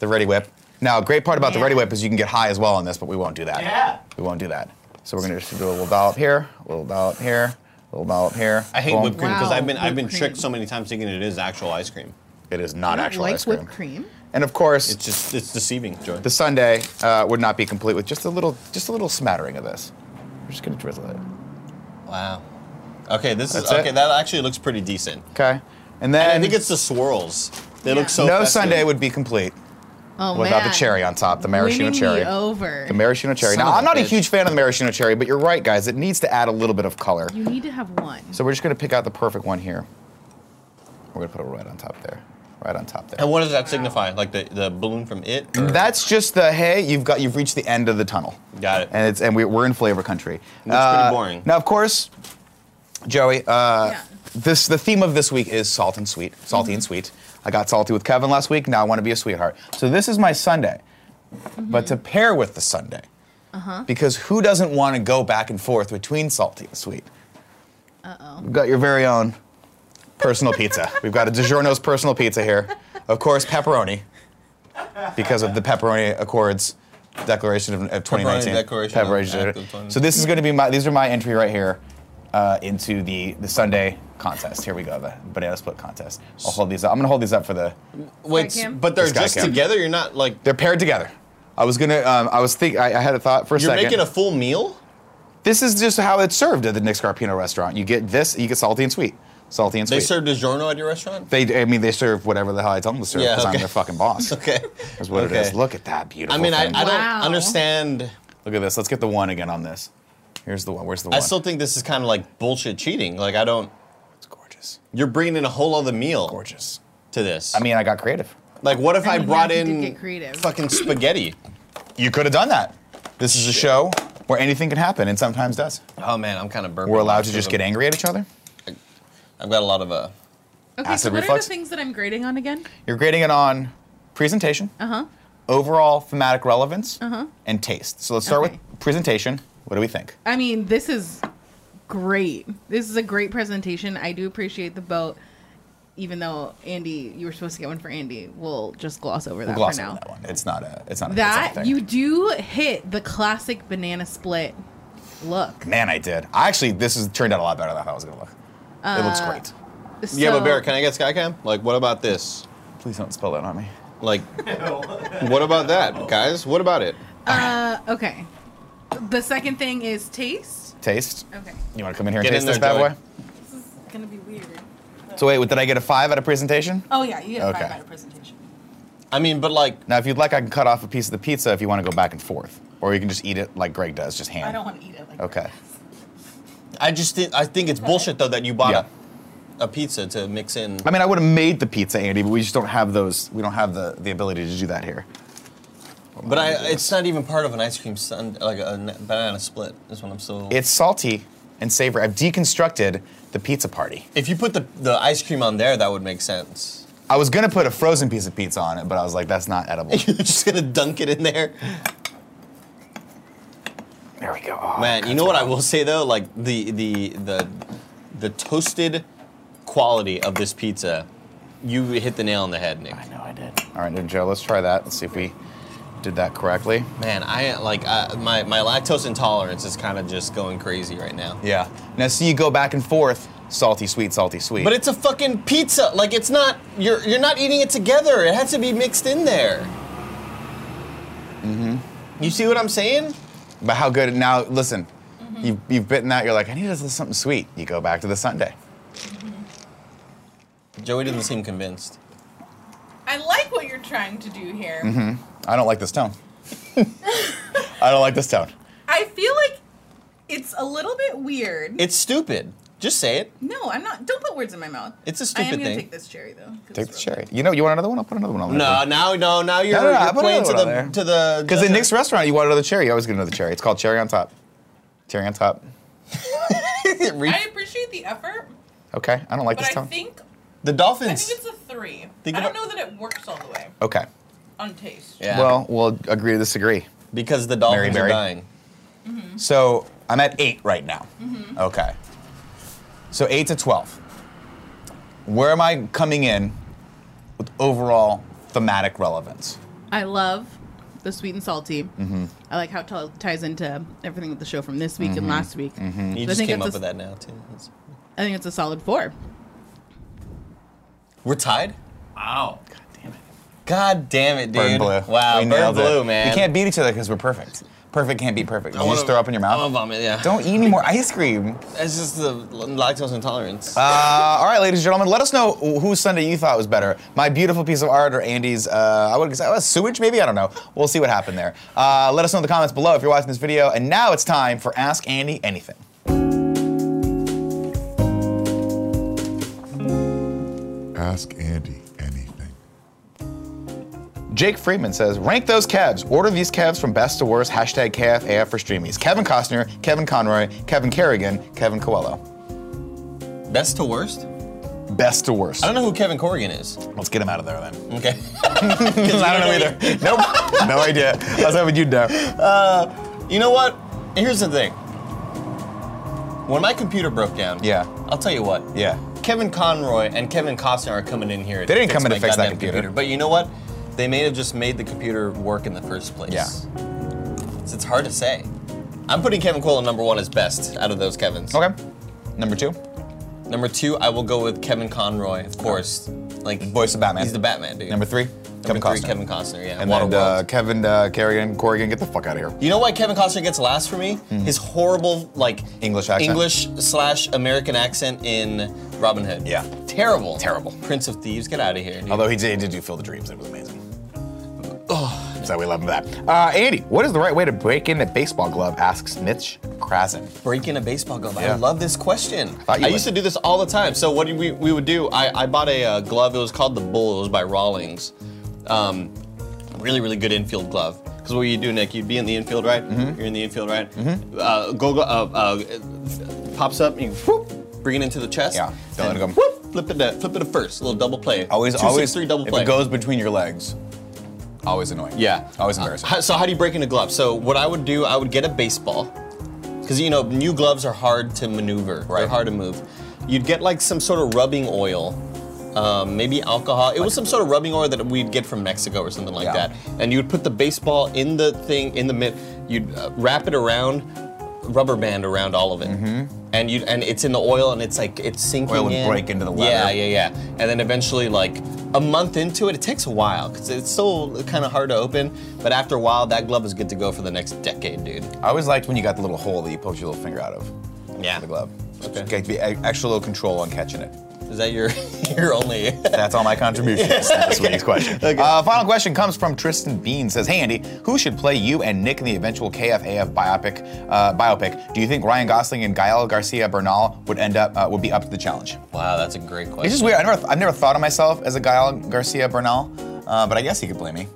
[SPEAKER 1] the ready whip. Now, a great part about the
[SPEAKER 7] Yeah.
[SPEAKER 1] ready whip is you can get high as well on this, but we won't do that.
[SPEAKER 2] Yeah.
[SPEAKER 1] We won't do that. So we're gonna just do a little dollop here, a little dollop here, a little dollop here.
[SPEAKER 2] I hate
[SPEAKER 1] Boom.
[SPEAKER 2] whipped cream because
[SPEAKER 7] Wow,
[SPEAKER 2] I've been, I've
[SPEAKER 7] whipped
[SPEAKER 2] been tricked
[SPEAKER 7] cream.
[SPEAKER 2] so many times thinking it is actual ice cream.
[SPEAKER 1] It is not
[SPEAKER 7] I don't
[SPEAKER 1] actual
[SPEAKER 7] like
[SPEAKER 1] ice cream.
[SPEAKER 7] whipped cream.
[SPEAKER 1] And of course,
[SPEAKER 2] It's just, it's deceiving, Joy.
[SPEAKER 1] the sundae uh, would not be complete with just a little, just a little smattering of this. We're just gonna drizzle it.
[SPEAKER 2] Wow. Okay, this is
[SPEAKER 1] That's it?
[SPEAKER 2] okay. That actually looks pretty decent.
[SPEAKER 1] Okay. And
[SPEAKER 2] And
[SPEAKER 1] then
[SPEAKER 2] I think it's the swirls. They
[SPEAKER 7] Yeah.
[SPEAKER 2] look so.
[SPEAKER 1] no
[SPEAKER 2] festive.
[SPEAKER 1] sundae would be complete
[SPEAKER 7] Oh man.
[SPEAKER 1] without the cherry on top, the maraschino
[SPEAKER 7] Winning
[SPEAKER 1] cherry.
[SPEAKER 7] Me over.
[SPEAKER 1] The maraschino cherry.
[SPEAKER 2] Son
[SPEAKER 1] Now,
[SPEAKER 2] of a
[SPEAKER 1] I'm not a
[SPEAKER 2] bitch.
[SPEAKER 1] huge fan of the maraschino cherry, but you're right, guys. It needs to add a little bit of color.
[SPEAKER 7] you need to have one.
[SPEAKER 1] So we're just gonna pick out the perfect one here. We're gonna put it right on top there, right on top there.
[SPEAKER 2] And what does that signify? Like the, the balloon from it? or-
[SPEAKER 1] That's just the hey, you've got you've reached the end of the tunnel.
[SPEAKER 2] Got it.
[SPEAKER 1] And it's and we, we're in flavor country. Uh,
[SPEAKER 2] Looks pretty boring.
[SPEAKER 1] Now, of course, Joey, uh,
[SPEAKER 7] Yeah.
[SPEAKER 1] this the theme of this week is salt and sweet, salty and sweet. I got salty with Kevin last week. Now I want to be a sweetheart. So this is my Sunday, but to pair with the Sunday, because who doesn't want to go back and forth between salty and sweet? Uh oh. We've got your very own personal pizza. We've got a DiGiorno's personal pizza here. Of course, pepperoni, because of the pepperoni accords declaration of, of 2019.
[SPEAKER 2] Declaration of
[SPEAKER 1] Pepperoni
[SPEAKER 2] Act of 2019.
[SPEAKER 1] So this is going to be my. These are my entry right here uh, into the the Sunday contest. Here we go, the banana split contest. I'll hold these up. I'm going to hold these up for the.
[SPEAKER 2] Wait,
[SPEAKER 7] Sky Cam?
[SPEAKER 2] but they're
[SPEAKER 1] The Sky
[SPEAKER 2] just
[SPEAKER 1] Cam.
[SPEAKER 2] together? You're not like.
[SPEAKER 1] They're paired together. I was gonna. Um, I was think. I, I had a thought for a
[SPEAKER 2] You're
[SPEAKER 1] second.
[SPEAKER 2] making a full meal?
[SPEAKER 1] this is just how it's served at the Nick Scarpino restaurant. You get this. You get salty and sweet. Salty and sweet.
[SPEAKER 2] They serve DiGiorno at your restaurant?
[SPEAKER 1] They. I mean, they serve whatever the hell I tell them to serve
[SPEAKER 2] Yeah,
[SPEAKER 1] because I'm
[SPEAKER 2] okay.
[SPEAKER 1] their fucking boss.
[SPEAKER 2] Okay.
[SPEAKER 1] That's what
[SPEAKER 2] Okay.
[SPEAKER 1] it is. Look at that beautiful.
[SPEAKER 2] I mean, I,
[SPEAKER 1] thing.
[SPEAKER 2] I don't
[SPEAKER 7] Wow.
[SPEAKER 2] understand.
[SPEAKER 1] Look at this. Let's get the one again on this. Here's the one. Where's the
[SPEAKER 2] I
[SPEAKER 1] one?
[SPEAKER 2] still think this is kind of like bullshit cheating. Like, I don't.
[SPEAKER 1] It's gorgeous.
[SPEAKER 2] You're bringing in a whole other meal
[SPEAKER 1] Gorgeous.
[SPEAKER 2] to this.
[SPEAKER 1] I mean, I got creative.
[SPEAKER 2] like, what if
[SPEAKER 7] I
[SPEAKER 2] I,
[SPEAKER 7] mean,
[SPEAKER 2] brought
[SPEAKER 7] yeah, you did
[SPEAKER 2] in
[SPEAKER 7] get creative.
[SPEAKER 2] fucking spaghetti?
[SPEAKER 1] You could have done that. This is a show where anything can happen and sometimes does.
[SPEAKER 2] Oh man, I'm kind of burnt.
[SPEAKER 1] We're allowed to just get angry at each other.
[SPEAKER 2] I've got a lot of uh.
[SPEAKER 7] okay, so
[SPEAKER 1] acid
[SPEAKER 7] what
[SPEAKER 1] reflux?
[SPEAKER 7] are the things that I'm grading on again?
[SPEAKER 1] You're grading it on presentation,
[SPEAKER 7] Uh-huh.
[SPEAKER 1] overall thematic relevance,
[SPEAKER 2] Uh-huh.
[SPEAKER 1] and taste. So let's start
[SPEAKER 7] Okay.
[SPEAKER 1] with presentation. What do we think?
[SPEAKER 7] I mean, this is great. This is a great presentation. I do appreciate the boat, even though Andy, you were supposed to get one for Andy. We'll just gloss over that
[SPEAKER 1] Gloss
[SPEAKER 7] for
[SPEAKER 1] over
[SPEAKER 7] now.
[SPEAKER 1] that one. It's not a. It's not a. it's not a
[SPEAKER 7] That
[SPEAKER 1] thing.
[SPEAKER 7] you do hit the classic banana split look.
[SPEAKER 1] Man, I did. I actually, this has turned out a lot better than I thought it was gonna look. it looks
[SPEAKER 6] Uh,
[SPEAKER 1] great.
[SPEAKER 2] yeah, but
[SPEAKER 7] So-
[SPEAKER 2] Barrett, can I get Sky Cam? Like, what about this?
[SPEAKER 1] Please don't spill that on me.
[SPEAKER 2] Like, what about that, guys? What about it?
[SPEAKER 7] Uh, okay. The second thing is taste.
[SPEAKER 1] Taste.
[SPEAKER 7] Okay.
[SPEAKER 1] You want to come in here
[SPEAKER 2] Get
[SPEAKER 1] and taste
[SPEAKER 2] in
[SPEAKER 1] this
[SPEAKER 2] there,
[SPEAKER 1] bad
[SPEAKER 2] Joey.
[SPEAKER 1] boy?
[SPEAKER 6] This is gonna be weird.
[SPEAKER 1] So wait, did I get a five out of presentation?
[SPEAKER 6] Oh yeah, you get a
[SPEAKER 1] Okay.
[SPEAKER 6] five out of presentation.
[SPEAKER 2] I mean, but like,
[SPEAKER 1] Now, if you'd like, I can cut off a piece of the pizza if you want to go back and forth, or you can just eat it like Greg does, just hand.
[SPEAKER 6] I don't want to eat it. Like
[SPEAKER 1] Okay.
[SPEAKER 2] I just think, I think it's bullshit though that you bought
[SPEAKER 1] Yeah.
[SPEAKER 2] a, a pizza to mix in.
[SPEAKER 1] I mean, I would have made the pizza, Andy, but we just don't have those. We don't have the, the ability to do that here.
[SPEAKER 2] But I, it's not even part of an ice cream sun, like a n- banana split. Is what I'm still.
[SPEAKER 1] It's salty and savory. I've deconstructed the pizza party.
[SPEAKER 2] if you put the, the ice cream on there, that would make sense.
[SPEAKER 1] I was gonna put a frozen piece of pizza on it, but I was like, that's not edible.
[SPEAKER 2] You're just gonna dunk it in there,
[SPEAKER 1] there we go. Oh,
[SPEAKER 2] man. You know what I will say though, like the the the the toasted quality of this pizza, you hit the nail on the head, Nick.
[SPEAKER 1] No, I did. All right, Ninja, let's try that. Let's see if we did that correctly.
[SPEAKER 2] Man, I like I, my my lactose intolerance is kind of just going crazy right now.
[SPEAKER 1] Yeah. Now, see, you go back and forth, salty, sweet, salty, sweet.
[SPEAKER 2] But it's a fucking pizza. Like it's not you're you're not eating it together. It has to be mixed in there. Mm-hmm.
[SPEAKER 1] Mm-hmm.
[SPEAKER 2] You see what I'm saying?
[SPEAKER 1] But how good? Now, listen, you've, you've bitten that. You're like, I need a little something sweet. You go back to the Sunday.
[SPEAKER 2] Joey doesn't seem convinced.
[SPEAKER 6] I like what you're trying to do here.
[SPEAKER 2] Mm-hmm.
[SPEAKER 1] I don't like this tone. I don't like this tone.
[SPEAKER 6] I feel like it's a little bit weird.
[SPEAKER 2] It's stupid. Just say it.
[SPEAKER 6] no, I'm not. Don't put words in my mouth.
[SPEAKER 2] It's a
[SPEAKER 6] I am
[SPEAKER 2] stupid
[SPEAKER 6] gonna
[SPEAKER 2] thing.
[SPEAKER 6] take this cherry though. 'cause
[SPEAKER 1] Take the
[SPEAKER 6] it's
[SPEAKER 1] cherry. You know, you want another one? I'll put another one on there.
[SPEAKER 2] No, now no, now you're,
[SPEAKER 1] No, no, no, I
[SPEAKER 2] you're
[SPEAKER 1] put
[SPEAKER 2] playing to
[SPEAKER 1] another
[SPEAKER 2] the
[SPEAKER 1] one on
[SPEAKER 2] to the
[SPEAKER 1] Because in Nick's restaurant, you want another cherry. You always get another cherry. It's called cherry on top. Cherry on top.
[SPEAKER 6] really- I appreciate the effort,
[SPEAKER 1] Okay. I don't like
[SPEAKER 6] but
[SPEAKER 1] this
[SPEAKER 6] I
[SPEAKER 1] tone.
[SPEAKER 6] think
[SPEAKER 2] the
[SPEAKER 6] I
[SPEAKER 2] Dolphins.
[SPEAKER 6] think it's a three.
[SPEAKER 2] Think
[SPEAKER 6] I don't
[SPEAKER 2] about-
[SPEAKER 6] know that it works all the way
[SPEAKER 1] Okay.
[SPEAKER 6] on taste.
[SPEAKER 2] yeah,
[SPEAKER 1] Well, we'll agree to disagree.
[SPEAKER 2] because the Dolphins
[SPEAKER 1] Mary, Mary.
[SPEAKER 2] are dying.
[SPEAKER 1] So I'm at eight right now.
[SPEAKER 2] Mm-hmm.
[SPEAKER 1] Okay. So eight to 12. Where am I coming in with overall thematic relevance?
[SPEAKER 7] I love the sweet and salty.
[SPEAKER 2] Mm-hmm.
[SPEAKER 7] I like how it t- ties into everything with the show from this week
[SPEAKER 2] Mm-hmm.
[SPEAKER 7] and last week. So
[SPEAKER 2] You
[SPEAKER 7] I
[SPEAKER 2] just
[SPEAKER 7] think
[SPEAKER 2] came
[SPEAKER 7] it's
[SPEAKER 2] up
[SPEAKER 7] a-
[SPEAKER 2] with that now too. That's-
[SPEAKER 7] I think it's a solid four.
[SPEAKER 2] We're tied.
[SPEAKER 5] Wow.
[SPEAKER 2] God damn it,
[SPEAKER 1] Burn
[SPEAKER 2] dude!
[SPEAKER 1] blue.
[SPEAKER 2] Wow,
[SPEAKER 1] We
[SPEAKER 2] burn
[SPEAKER 1] nailed it.
[SPEAKER 2] blue, man.
[SPEAKER 1] We can't beat each other because we're perfect. Perfect can't beat perfect. Did you just
[SPEAKER 2] wanna-
[SPEAKER 1] throw up in your
[SPEAKER 2] I'm gonna
[SPEAKER 1] mouth?
[SPEAKER 2] vomit. Yeah.
[SPEAKER 1] Don't eat any more ice cream.
[SPEAKER 2] It's just the lactose intolerance.
[SPEAKER 1] Uh, all right, ladies and gentlemen, let us know whose Sunday you thought was better. My beautiful piece of art or Andy's, uh, I would say, uh, sewage maybe? I don't know. We'll see what happened there. Uh, let us know in the comments below if you're watching this video. And now it's time for Ask Andy Anything.
[SPEAKER 9] Ask Andy anything.
[SPEAKER 1] Jake Freeman says, rank those Cavs. Order these Cavs from best to worst. Hashtag KFAF for streamies. Kevin Costner, Kevin Conroy, Kevin Kerrigan, Kevin Coelho.
[SPEAKER 2] Best to worst?
[SPEAKER 1] Best to worst.
[SPEAKER 2] I don't know who Kevin Corrigan is.
[SPEAKER 1] Let's get him out of there then.
[SPEAKER 2] Okay.
[SPEAKER 1] I don't know either. nope. No idea. I was hoping you'd know.
[SPEAKER 2] You know what? Here's the thing. When my computer broke down,
[SPEAKER 1] Yeah.
[SPEAKER 2] I'll tell you what.
[SPEAKER 1] Yeah.
[SPEAKER 2] Kevin Conroy and Kevin Costner are coming in here.
[SPEAKER 1] They didn't come in to
[SPEAKER 2] my
[SPEAKER 1] fix that
[SPEAKER 2] goddamn
[SPEAKER 1] computer.
[SPEAKER 2] But you know what? They may have just made the computer work in the first place.
[SPEAKER 1] Yeah.
[SPEAKER 2] So it's hard to say. I'm putting Kevin Cole number one as best out of those Kevins.
[SPEAKER 1] Okay. Number two.
[SPEAKER 2] Number two, I will go with Kevin Conroy, of course. Like
[SPEAKER 1] Voice of Batman.
[SPEAKER 2] He's the Batman dude.
[SPEAKER 1] Number three.
[SPEAKER 2] Number
[SPEAKER 1] Kevin
[SPEAKER 2] three,
[SPEAKER 1] Costner.
[SPEAKER 2] Kevin Costner. Yeah.
[SPEAKER 1] And
[SPEAKER 2] Waterworld.
[SPEAKER 1] then uh, Kevin uh, Kerrigan, Corrigan, get the fuck out of here.
[SPEAKER 2] You know why Kevin Costner gets last for me? His horrible like
[SPEAKER 1] Hmm. English accent.
[SPEAKER 2] English slash American accent in Robin Hood.
[SPEAKER 1] Yeah.
[SPEAKER 2] Terrible.
[SPEAKER 1] Terrible.
[SPEAKER 2] Prince of Thieves, get out of here. dude.
[SPEAKER 1] Although he did, he did do Field of Dreams, it was amazing. So we love him for that. Uh, Andy, what is the right way to break in a baseball glove? Asks Mitch Krasen.
[SPEAKER 2] Break in a baseball glove.
[SPEAKER 1] Yeah.
[SPEAKER 2] I love this question.
[SPEAKER 1] thought you
[SPEAKER 2] I used to
[SPEAKER 1] would.
[SPEAKER 2] do this all the time. So what did we, we would do? I, I bought a uh, glove. It was called the Bull. It was by Rawlings. Um, really really good infield glove. Because what you do, Nick, you'd be in the infield, right?
[SPEAKER 1] Mm-hmm.
[SPEAKER 2] You're in the infield, right? Uh, go go. Uh, uh, it pops up and you whoop, bring it into the chest.
[SPEAKER 1] Yeah. Don't let it
[SPEAKER 2] And
[SPEAKER 1] go.
[SPEAKER 2] Whoop, flip it to flip it to first. A little double play.
[SPEAKER 1] Always,
[SPEAKER 2] Two, six,
[SPEAKER 1] always.
[SPEAKER 2] three double
[SPEAKER 1] if
[SPEAKER 2] play.
[SPEAKER 1] it goes between your legs, always annoying.
[SPEAKER 2] Yeah. Uh,
[SPEAKER 1] Always embarrassing.
[SPEAKER 2] How- So how do you break in a glove? So what I would do, I would get a baseball, because you know new gloves are hard to maneuver. They're
[SPEAKER 1] Right.
[SPEAKER 2] hard to move. You'd get like some sort of rubbing oil, um, maybe alcohol. It was some sort of rubbing oil that we'd get from Mexico or something like
[SPEAKER 1] Yeah.
[SPEAKER 2] that. And you'd put the baseball in the thing in the mid. You'd uh, wrap it around, rubber band around all of it.
[SPEAKER 1] Mm-hmm.
[SPEAKER 2] And you and it's in the oil and it's like it's sinking.
[SPEAKER 1] Oil would
[SPEAKER 2] in.
[SPEAKER 1] break into the
[SPEAKER 2] Yeah,
[SPEAKER 1] leather.
[SPEAKER 2] yeah, yeah. And then eventually, like a month into it, it takes a while because it's still kind of hard to open. But after a while, that glove is good to go for the next decade, dude.
[SPEAKER 1] I always liked when you got the little hole that you poked your little finger out of.
[SPEAKER 2] Yeah.
[SPEAKER 1] The glove.
[SPEAKER 2] Okay.
[SPEAKER 1] Okay. The e- extra little control on catching it.
[SPEAKER 2] Is that your your only?
[SPEAKER 1] That's all my contribution to this week's question. Uh, final question comes from Tristan Bean. Says, "Hey Andy, who should play you and Nick in the eventual KFAF biopic? Uh, biopic? Do you think Ryan Gosling and Gael Garcia Bernal would end up uh, would be up to the challenge?
[SPEAKER 2] wow, that's a great question.
[SPEAKER 1] It's just weird. I never, I've never thought of myself as a Gael Garcia Bernal, uh, but I guess he could play me.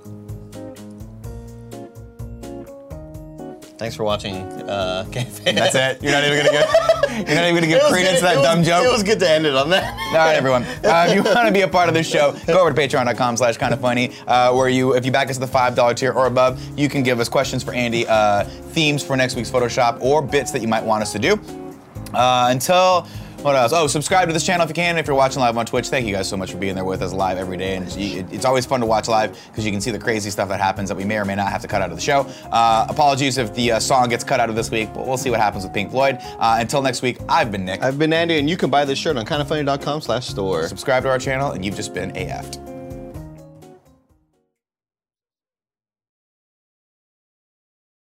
[SPEAKER 2] Thanks for watching. Uh,
[SPEAKER 1] That's it. You're not even gonna give. You're not even gonna give credence to that dumb joke.
[SPEAKER 2] It was good to end it on that.
[SPEAKER 1] All right, everyone. Uh, if you want to be a part of this show, go over to patreon.com slash kind of funny, uh, where you, if you back us at the $5 tier or above, you can give us questions for Andy, uh, themes for next week's Photoshop, or bits that you might want us to do. Uh, until, what else? Oh, subscribe to this channel if you can. If you're watching live on Twitch, thank you guys so much for being there with us live every day. And it's, it- it's always fun to watch live because you can see the crazy stuff that happens that we may or may not have to cut out of the show. Uh, apologies if the uh, song gets cut out of this week, but we'll see what happens with Pink Floyd. Uh, until next week, I've been Nick.
[SPEAKER 2] I've been Andy, and you can buy this shirt on kindoffunny.com/store.
[SPEAKER 1] subscribe to our channel, and you've just been AF'd.